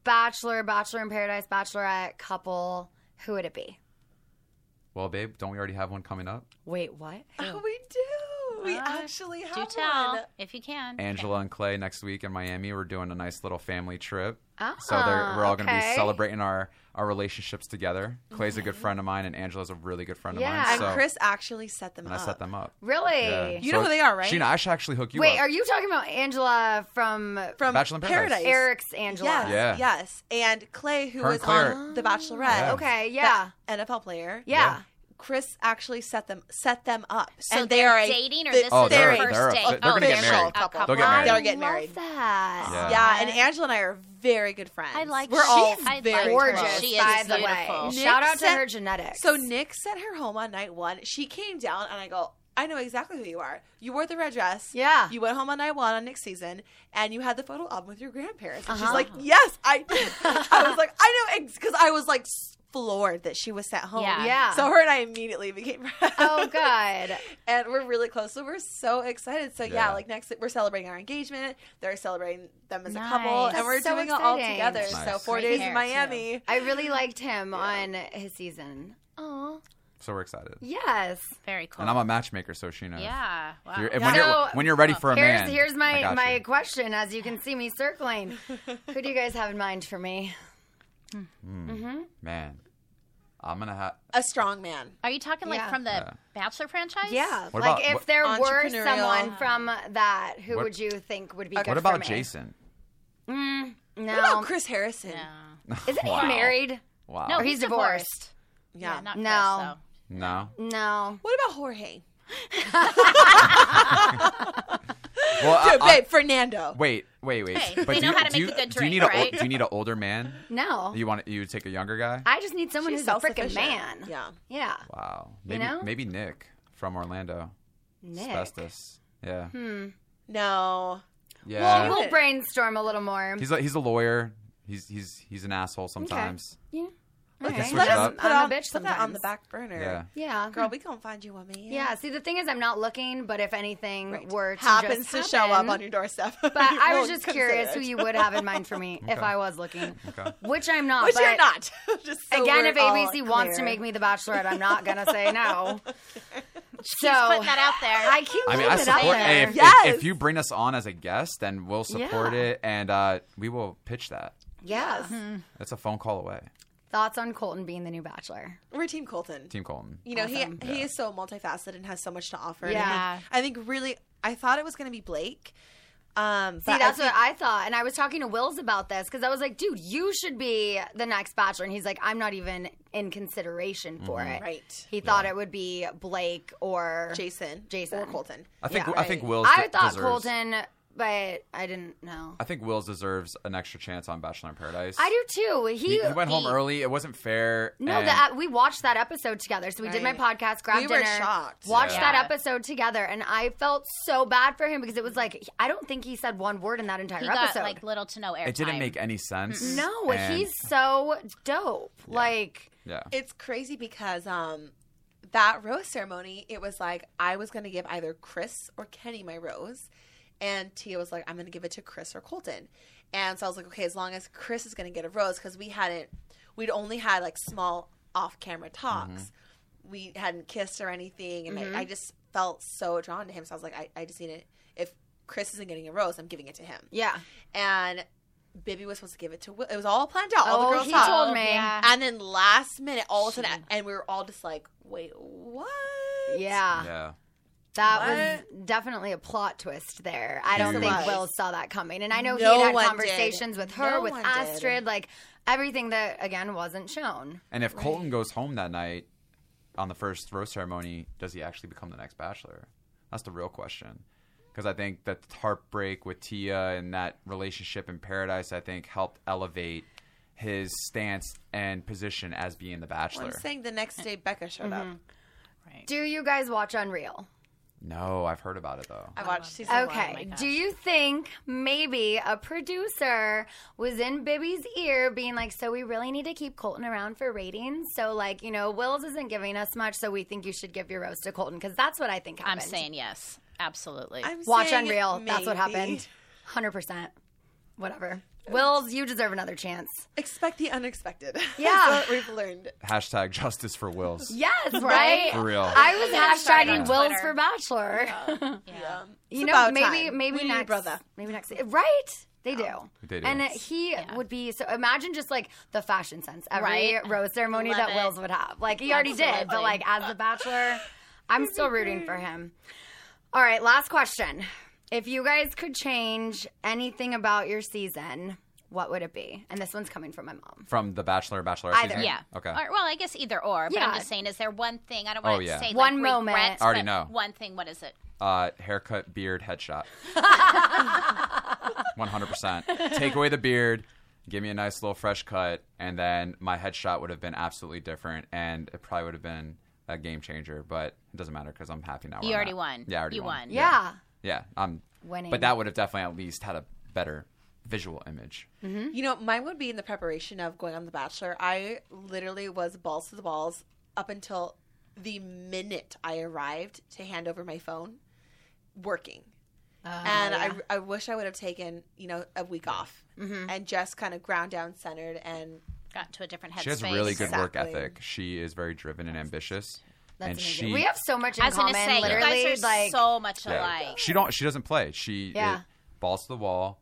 Speaker 3: bachelor, bachelor in paradise, bachelorette couple, who would it be?
Speaker 6: Well, babe, don't we already have one coming up?
Speaker 3: Wait, what?
Speaker 7: Oh, we do. We actually have
Speaker 8: Ah, do
Speaker 7: one.
Speaker 8: tell if you can.
Speaker 6: Angela and Clay next week in Miami. We're doing a nice little family trip. so they're, we're all going to
Speaker 3: okay.
Speaker 6: be celebrating our, our relationships together. Clay's a good friend of mine, and Angela's a really good friend
Speaker 3: Yeah.
Speaker 6: of mine.
Speaker 7: And
Speaker 6: So,
Speaker 7: Chris actually set them
Speaker 6: and I
Speaker 7: up.
Speaker 6: set them up.
Speaker 3: Really?
Speaker 6: Yeah.
Speaker 7: You know who they are, right?
Speaker 6: Sheena, I should actually hook you
Speaker 3: Wait,
Speaker 6: up.
Speaker 3: are you talking about Angela from
Speaker 7: from
Speaker 6: Bachelor in Paradise.
Speaker 7: Paradise.
Speaker 3: Eric's Angela?
Speaker 7: Yes,
Speaker 6: Yeah.
Speaker 7: yes. And Clay, who
Speaker 6: Her and
Speaker 7: was
Speaker 6: Claire.
Speaker 7: on The Bachelorette.
Speaker 6: Yeah.
Speaker 3: Okay,
Speaker 7: the
Speaker 3: yeah.
Speaker 7: NFL player.
Speaker 3: Yeah.
Speaker 7: Chris actually set them set them up.
Speaker 8: So
Speaker 7: and they are a-
Speaker 8: dating, or
Speaker 7: they-
Speaker 8: this
Speaker 6: Oh,
Speaker 8: is
Speaker 6: they're
Speaker 8: their
Speaker 6: a-
Speaker 8: first
Speaker 6: they're a-
Speaker 8: date.
Speaker 6: they're gonna get
Speaker 8: Oh,
Speaker 6: married.
Speaker 8: a couple.
Speaker 6: They'll get married.
Speaker 7: They're getting married.
Speaker 3: that.
Speaker 6: Yeah.
Speaker 7: Yeah, and Angela and I are very good friends.
Speaker 8: I like
Speaker 7: We're
Speaker 8: her.
Speaker 7: all
Speaker 8: She's- I like
Speaker 7: very
Speaker 8: her.
Speaker 3: gorgeous,
Speaker 8: She is
Speaker 3: by the way.
Speaker 8: beautiful.
Speaker 3: Shout out to
Speaker 7: Nick
Speaker 3: her
Speaker 7: sent-
Speaker 3: genetics.
Speaker 7: So Nick sent her home on night one. She came down, and I go, I know exactly who you are. You wore the red dress.
Speaker 3: Yeah.
Speaker 7: You went home on night one on Nick's season, and you had the photo album with your grandparents. And
Speaker 3: Uh-huh.
Speaker 7: she's like, Yes, I. did." I was like, I know, because I was like floored that she was sent home.
Speaker 8: Yeah.
Speaker 3: Yeah.
Speaker 7: So her and I immediately became friends.
Speaker 3: oh god.
Speaker 7: and we're really close. So we're so excited. So yeah,
Speaker 6: Yeah.
Speaker 7: like next we're celebrating our engagement. They're celebrating them as a couple,
Speaker 8: Nice.
Speaker 7: and we're
Speaker 3: That's so
Speaker 7: doing it all
Speaker 3: exciting.
Speaker 7: together.
Speaker 6: Nice.
Speaker 7: So four
Speaker 8: Great
Speaker 7: days
Speaker 8: hair,
Speaker 7: in Miami.
Speaker 3: I really liked him on his season. Oh,
Speaker 6: So we're excited.
Speaker 3: Yes.
Speaker 8: Very cool.
Speaker 6: And I'm a matchmaker, so Sheena.
Speaker 8: yeah. Wow.
Speaker 6: If you're, if- when, you're, when you're ready for a
Speaker 3: here's,
Speaker 6: man,
Speaker 3: Here's
Speaker 6: I
Speaker 3: my,
Speaker 6: got
Speaker 3: my
Speaker 6: you.
Speaker 3: question. As you can see me circling, who do you guys have in mind for me?
Speaker 6: man. I'm gonna have.
Speaker 7: A strong man.
Speaker 8: Are you talking like
Speaker 3: Yeah.
Speaker 8: from the Bachelor franchise?
Speaker 7: Yeah.
Speaker 6: What
Speaker 3: like,
Speaker 6: about-
Speaker 3: if
Speaker 6: what-
Speaker 3: there were
Speaker 7: Entrepreneurial.
Speaker 3: someone from that, who
Speaker 6: What-
Speaker 3: would you think would be good
Speaker 6: What
Speaker 3: for
Speaker 6: about
Speaker 3: me?
Speaker 6: Jason?
Speaker 3: No.
Speaker 7: What about Chris Harrison?
Speaker 3: Isn't he married?
Speaker 6: Wow.
Speaker 8: No,
Speaker 3: Or
Speaker 8: he's,
Speaker 3: he's divorced.
Speaker 7: Yeah.
Speaker 8: Not Chris,
Speaker 3: No.
Speaker 8: though.
Speaker 6: No.
Speaker 3: No.
Speaker 7: What about Jorge?
Speaker 6: Well, I-
Speaker 7: Dude,
Speaker 6: I-
Speaker 7: babe, Fernando.
Speaker 6: wait, wait, wait.
Speaker 8: Hey, they
Speaker 6: do
Speaker 8: know
Speaker 6: you-
Speaker 8: how to
Speaker 6: do
Speaker 8: make
Speaker 6: you-
Speaker 8: a good
Speaker 6: Do you need
Speaker 8: drink,
Speaker 6: a ol-
Speaker 8: right?
Speaker 6: do you need an older man?
Speaker 3: No.
Speaker 6: You want you would take a younger guy?
Speaker 3: I just need someone
Speaker 7: She's
Speaker 3: who's a freaking
Speaker 7: self-sufficient.
Speaker 3: man.
Speaker 7: Yeah.
Speaker 3: Yeah.
Speaker 6: wow. Maybe
Speaker 3: know?
Speaker 6: maybe Nick from Orlando.
Speaker 3: Nick. Hmm.
Speaker 6: Asbestos. Yeah.
Speaker 7: No.
Speaker 6: Yeah.
Speaker 3: Well, we'll brainstorm a little more.
Speaker 6: he's a, he's a lawyer. He's he's he's an asshole sometimes.
Speaker 3: All
Speaker 6: guess
Speaker 3: right.
Speaker 6: we're Let us
Speaker 7: Put,
Speaker 3: I'm
Speaker 7: on,
Speaker 3: a bitch
Speaker 7: put that on
Speaker 3: sometimes.
Speaker 7: the back burner.
Speaker 6: Yeah.
Speaker 3: Yeah.
Speaker 7: Girl, we gonna find you a man.
Speaker 3: Yeah. See, the thing is, I'm not looking, but if anything were to
Speaker 7: happens
Speaker 3: just
Speaker 7: to show up
Speaker 3: happen-
Speaker 7: on your doorstep.
Speaker 3: But I was just curious who you would have in mind for me if I was looking, which I'm not.
Speaker 7: Which
Speaker 3: but
Speaker 7: you're not. just so
Speaker 3: Again,
Speaker 7: we're
Speaker 3: if
Speaker 7: all
Speaker 3: ABC wants to
Speaker 7: clear.
Speaker 3: make me the Bachelorette, I'm not gonna say no. so
Speaker 8: Putting that out there.
Speaker 3: I keep
Speaker 6: I mean,
Speaker 3: putting
Speaker 6: I
Speaker 3: it out
Speaker 6: support. Hey,
Speaker 3: there.
Speaker 6: if, if- if,
Speaker 7: Yes.
Speaker 6: you bring us on as a guest, then we'll support
Speaker 3: Yeah.
Speaker 6: it, and uh, we will pitch that.
Speaker 3: yes.
Speaker 6: That's a phone call away.
Speaker 3: Thoughts on Colton being the new Bachelor?
Speaker 7: we're Team Colton.
Speaker 6: Team Colton.
Speaker 7: You know, he he is so multifaceted and has so much to offer. And
Speaker 3: Yeah.
Speaker 7: I think, I think really, I thought it was going to be Blake. Um,
Speaker 3: See, that's what I thought, and I was talking to Wills about this because I was like, "Dude, you should be the next Bachelor," and he's like, "I'm not even in consideration for
Speaker 6: Mm-hmm.
Speaker 3: it."
Speaker 7: right.
Speaker 3: He thought it would be Blake or
Speaker 7: Jason,
Speaker 3: Jason.
Speaker 7: or Colton.
Speaker 6: I think
Speaker 3: Yeah,
Speaker 6: I think Will's.
Speaker 3: I
Speaker 6: de-
Speaker 3: thought
Speaker 6: deserves-
Speaker 3: Colton, but I didn't know.
Speaker 6: I think Will's deserves an extra chance on Bachelor in Paradise.
Speaker 3: I do too. He,
Speaker 6: He, he went home early. It wasn't fair.
Speaker 3: No,
Speaker 6: and-
Speaker 3: that we watched that episode together. So we did my
Speaker 7: Right.
Speaker 3: podcast, grabbed
Speaker 7: We were
Speaker 3: dinner,
Speaker 7: shocked.
Speaker 3: watched
Speaker 8: Yeah.
Speaker 3: that episode together, and I felt so bad for him because it was like I don't think he said one word in that entire
Speaker 8: he got
Speaker 3: episode.
Speaker 8: like little to no airtime.
Speaker 6: it didn't make any sense.
Speaker 3: no,
Speaker 6: and-
Speaker 3: he's so dope. Like
Speaker 6: yeah.
Speaker 7: It's crazy because um, that rose ceremony, it was like I was going to give either Chris or Kenny my rose. And Tia was like, I'm going to give it to Chris or Colton. And so I was like, okay, as long as Chris is going to get a rose, because we hadn't, we'd only had like small off camera talks. We hadn't kissed or anything.
Speaker 3: Mm-hmm.
Speaker 7: And I, I just felt so drawn to him. So I was like, I, I just need it. If Chris isn't getting a rose, I'm giving it to him.
Speaker 3: yeah,
Speaker 7: And Bibby was supposed to give it to Will. It was all planned out. All
Speaker 3: Oh,
Speaker 7: the girls
Speaker 3: he
Speaker 7: talked.
Speaker 3: told me.
Speaker 8: Yeah.
Speaker 7: And then last minute, all of a sudden, and we were all just like, wait, what?
Speaker 3: yeah,
Speaker 6: Yeah.
Speaker 3: that was definitely a plot twist there. I don't
Speaker 6: Huge.
Speaker 3: think Will saw that coming, and I know
Speaker 7: No
Speaker 3: he had,
Speaker 7: one
Speaker 3: had
Speaker 7: did.
Speaker 3: conversations with her,
Speaker 7: No
Speaker 3: with
Speaker 7: one did.
Speaker 3: Astrid, like everything that again wasn't shown.
Speaker 6: And if Colton goes home that night on the first rose ceremony, does he actually become the next bachelor? That's the real question. Because I think that heartbreak with Tia and that relationship in paradise, I think, helped elevate his stance and position as being the
Speaker 7: Well, I'm
Speaker 6: bachelor.
Speaker 7: saying the next day, Becca showed up.
Speaker 3: Mm-hmm. Do you guys watch Unreal?
Speaker 6: no, I've heard about it though.
Speaker 7: Oh, I watched season one.
Speaker 3: Uh-huh. Okay. Do you think maybe a producer was in Bibby's ear being like, so we really need to keep Colton around for ratings? So, like, you know, Wills isn't giving us much, so we think you should give your rose to Colton because that's what I think
Speaker 8: I'm
Speaker 3: happened.
Speaker 8: saying yes. Absolutely.
Speaker 7: I'm
Speaker 3: Watch
Speaker 7: saying
Speaker 3: Unreal. That's what
Speaker 7: maybe.
Speaker 3: happened. 100%. Whatever. Wills, you deserve another chance.
Speaker 7: Expect the unexpected.
Speaker 3: Yeah.
Speaker 7: That's what we've learned.
Speaker 6: Hashtag justice for Wills.
Speaker 3: Yes, right?
Speaker 6: For real.
Speaker 3: I was
Speaker 8: started
Speaker 3: hashtagging
Speaker 8: on
Speaker 3: Wills
Speaker 8: Twitter.
Speaker 3: for Bachelor.
Speaker 7: Yeah. It's
Speaker 3: You know,
Speaker 7: about
Speaker 3: maybe
Speaker 7: time.
Speaker 3: maybe
Speaker 7: we need a
Speaker 3: next
Speaker 7: brother.
Speaker 3: Maybe next right? They do.
Speaker 6: Oh, They do.
Speaker 3: And uh, he would be so. Imagine just like the fashion sense every
Speaker 8: Right.
Speaker 3: rose ceremony
Speaker 8: Love
Speaker 3: that
Speaker 8: it.
Speaker 3: Wills would have. Like he already did, but
Speaker 8: Absolutely.
Speaker 3: like as the Bachelor, I'm still rooting for him. All right, last question. If you guys could change anything about your season, what would it be? And this one's coming from my mom.
Speaker 6: From the Bachelor, Bachelorette
Speaker 3: Either.
Speaker 6: season?
Speaker 8: Yeah.
Speaker 6: Okay.
Speaker 8: Or, well, I guess either or. But I'm
Speaker 3: Yeah.
Speaker 8: just saying, is there one thing? I don't
Speaker 6: Oh,
Speaker 8: want
Speaker 6: yeah.
Speaker 8: to say
Speaker 3: One
Speaker 8: like,
Speaker 3: moment.
Speaker 8: Regrets,
Speaker 6: I already
Speaker 8: but
Speaker 6: know.
Speaker 8: One thing. What is it?
Speaker 6: Uh, haircut, beard, headshot. 100%. Take away the beard, give me a nice little fresh cut, and then my headshot would have been absolutely different, and it probably would have been a game changer, but it doesn't matter because I'm happy now. where
Speaker 8: You
Speaker 6: I'm
Speaker 8: already
Speaker 6: at.
Speaker 8: won.
Speaker 6: Yeah, I already
Speaker 8: You won.
Speaker 3: Yeah.
Speaker 6: Yeah, I'm
Speaker 3: Winning.
Speaker 6: But that would have definitely at least had a better visual image.
Speaker 3: Hmm?
Speaker 7: You know, mine would be in the preparation of going on The Bachelor. I literally was balls to the balls up until the minute I arrived to hand over my phone, working.
Speaker 3: Oh,
Speaker 7: and I, I wish I would have taken, you know, a week off
Speaker 3: Mm-hmm.
Speaker 7: and just kind of ground down centered and
Speaker 8: Got into a different headspace.
Speaker 6: She has a really good work
Speaker 7: Exactly.
Speaker 6: ethic. She is very driven and ambitious.
Speaker 3: That's
Speaker 6: and
Speaker 3: amazing.
Speaker 6: she
Speaker 3: we have so much in
Speaker 8: I was
Speaker 3: common.
Speaker 8: gonna say, you
Speaker 3: literally,
Speaker 8: guys are
Speaker 3: like
Speaker 8: so much
Speaker 6: Yeah.
Speaker 8: alike.
Speaker 6: She don't. She doesn't play. She
Speaker 3: Yeah.
Speaker 6: it- balls to the wall,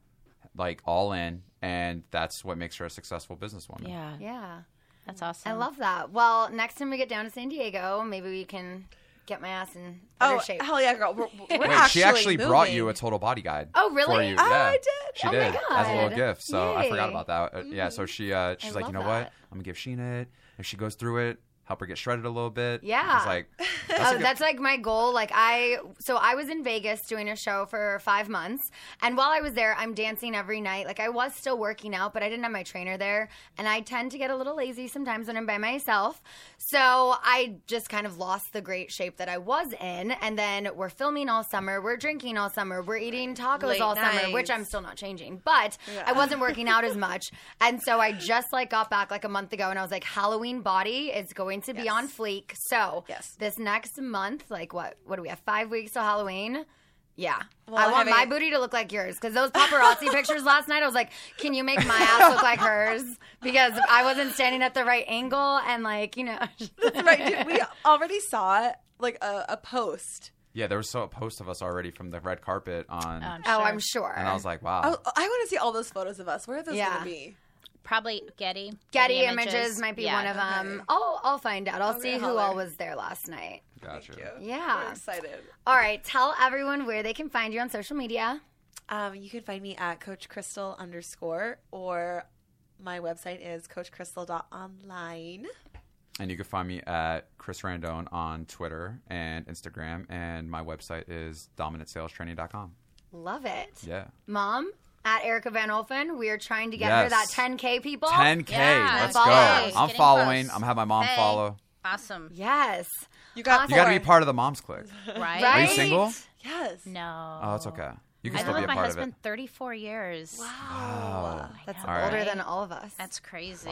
Speaker 6: like all in, and that's what makes her a successful businesswoman.
Speaker 8: Yeah,
Speaker 3: yeah.
Speaker 8: that's awesome.
Speaker 3: I love that. Well, next time we get down to San Diego, maybe we can get my ass in better
Speaker 7: Oh,
Speaker 3: shape.
Speaker 7: hell yeah, girl. We're, we're
Speaker 6: Wait,
Speaker 7: actually
Speaker 6: she actually brought
Speaker 7: moving.
Speaker 6: you a total body guide.
Speaker 3: Oh, really?
Speaker 6: For you.
Speaker 3: Oh,
Speaker 6: yeah.
Speaker 7: I did.
Speaker 3: Oh
Speaker 6: She
Speaker 3: my
Speaker 6: did as a
Speaker 3: God.
Speaker 6: little gift. So I forgot
Speaker 3: Yay. Mm-hmm.
Speaker 6: about that. Uh, Yeah. So she uh, she's like,
Speaker 3: love
Speaker 6: you know
Speaker 3: that.
Speaker 6: what? I'm gonna give Sheena it. If she goes through it, help her get shredded a little bit.
Speaker 3: Yeah.
Speaker 6: I was like, that's, a
Speaker 3: oh,
Speaker 6: good-
Speaker 3: that's like my goal. Like I, so I was in Vegas doing a show for five months, and while I was there, I'm dancing every night. Like I was still working out, but I didn't have my trainer there, and I tend to get a little lazy sometimes when I'm by myself. So I just kind of lost the great shape that I was in, and then we're filming all summer, we're drinking all summer, we're eating tacos
Speaker 7: Late
Speaker 3: all summer,
Speaker 7: nights.
Speaker 3: which I'm still not changing, but I wasn't working out as much, and so I just like got back like a month ago, and I was like, Halloween body is going to be on fleek. So
Speaker 7: Yes.
Speaker 3: this next month, like what? What do we have? Five weeks till Halloween. Yeah,
Speaker 7: Well,
Speaker 3: I want
Speaker 7: having-
Speaker 3: my booty to look like yours because those paparazzi pictures last night. I was like, can you make my ass look like hers? Because I wasn't standing at the right angle and like you know.
Speaker 7: That's right, dude. We already saw like a, a post.
Speaker 6: yeah. There was so a post of us already from the red carpet on,
Speaker 8: Um,
Speaker 3: Oh,
Speaker 8: sure.
Speaker 3: I'm sure.
Speaker 6: and I was like, wow.
Speaker 7: Oh, I want to see all those photos of us. Where are those
Speaker 3: Yeah.
Speaker 7: gonna be?
Speaker 8: probably Getty.
Speaker 3: Getty images. might be
Speaker 8: Yeah.
Speaker 3: one of them. Oh, I'll find out. I'll see
Speaker 7: Okay,
Speaker 3: who
Speaker 7: holler.
Speaker 3: all was there last night.
Speaker 6: gotcha.
Speaker 3: Yeah.
Speaker 7: We're excited.
Speaker 3: All right, tell everyone where they can find you on social media.
Speaker 7: Um, you can find me at Coach Crystal underscore or my website is coachcrystal.online.
Speaker 6: And you can find me at Chris Randone on Twitter and Instagram, and my website is dominantsalestraining.com.
Speaker 3: Love it,
Speaker 6: Yeah.
Speaker 3: Mom. At Erica Van Olfen, we are trying to get her
Speaker 6: Yes.
Speaker 3: that 10K people.
Speaker 6: 10K.
Speaker 8: Yeah,
Speaker 6: Let's
Speaker 8: follow.
Speaker 6: go.
Speaker 8: Hey,
Speaker 6: I'm
Speaker 8: getting
Speaker 6: following.
Speaker 8: close.
Speaker 6: I'm having my mom
Speaker 8: Hey.
Speaker 6: follow.
Speaker 8: Awesome,
Speaker 3: Yes.
Speaker 7: You got
Speaker 6: You got to
Speaker 7: four.
Speaker 6: be part of the mom's clique.
Speaker 8: right?
Speaker 6: Are you
Speaker 3: Right.
Speaker 6: single?
Speaker 7: Yes.
Speaker 8: No.
Speaker 6: Oh, it's okay. You can
Speaker 8: I've
Speaker 6: still
Speaker 8: been
Speaker 6: be a
Speaker 8: with my
Speaker 6: part
Speaker 8: husband
Speaker 6: of Oh,
Speaker 8: 34 years.
Speaker 6: it. Wow.
Speaker 3: That's
Speaker 6: All right.
Speaker 3: older than all of us.
Speaker 8: That's crazy.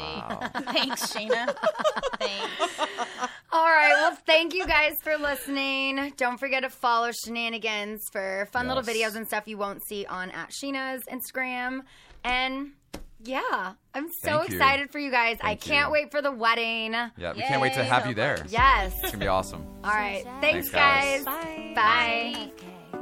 Speaker 8: Thanks, Sheena. Thanks.
Speaker 3: all right. Well, thank you guys for listening. Don't forget to follow Shenanigans for fun little
Speaker 6: Yes.
Speaker 3: videos and stuff you won't see on at Sheena's Instagram. And yeah, I'm so
Speaker 6: Thank you.
Speaker 3: excited for you guys. I
Speaker 6: Thank
Speaker 3: can't
Speaker 6: you.
Speaker 3: wait for the wedding.
Speaker 6: Yeah, we can't wait to have you there. It's
Speaker 3: Yes.
Speaker 6: going to be awesome.
Speaker 3: all right. Thanks,
Speaker 6: Thanks, guys.
Speaker 3: guys. Bye.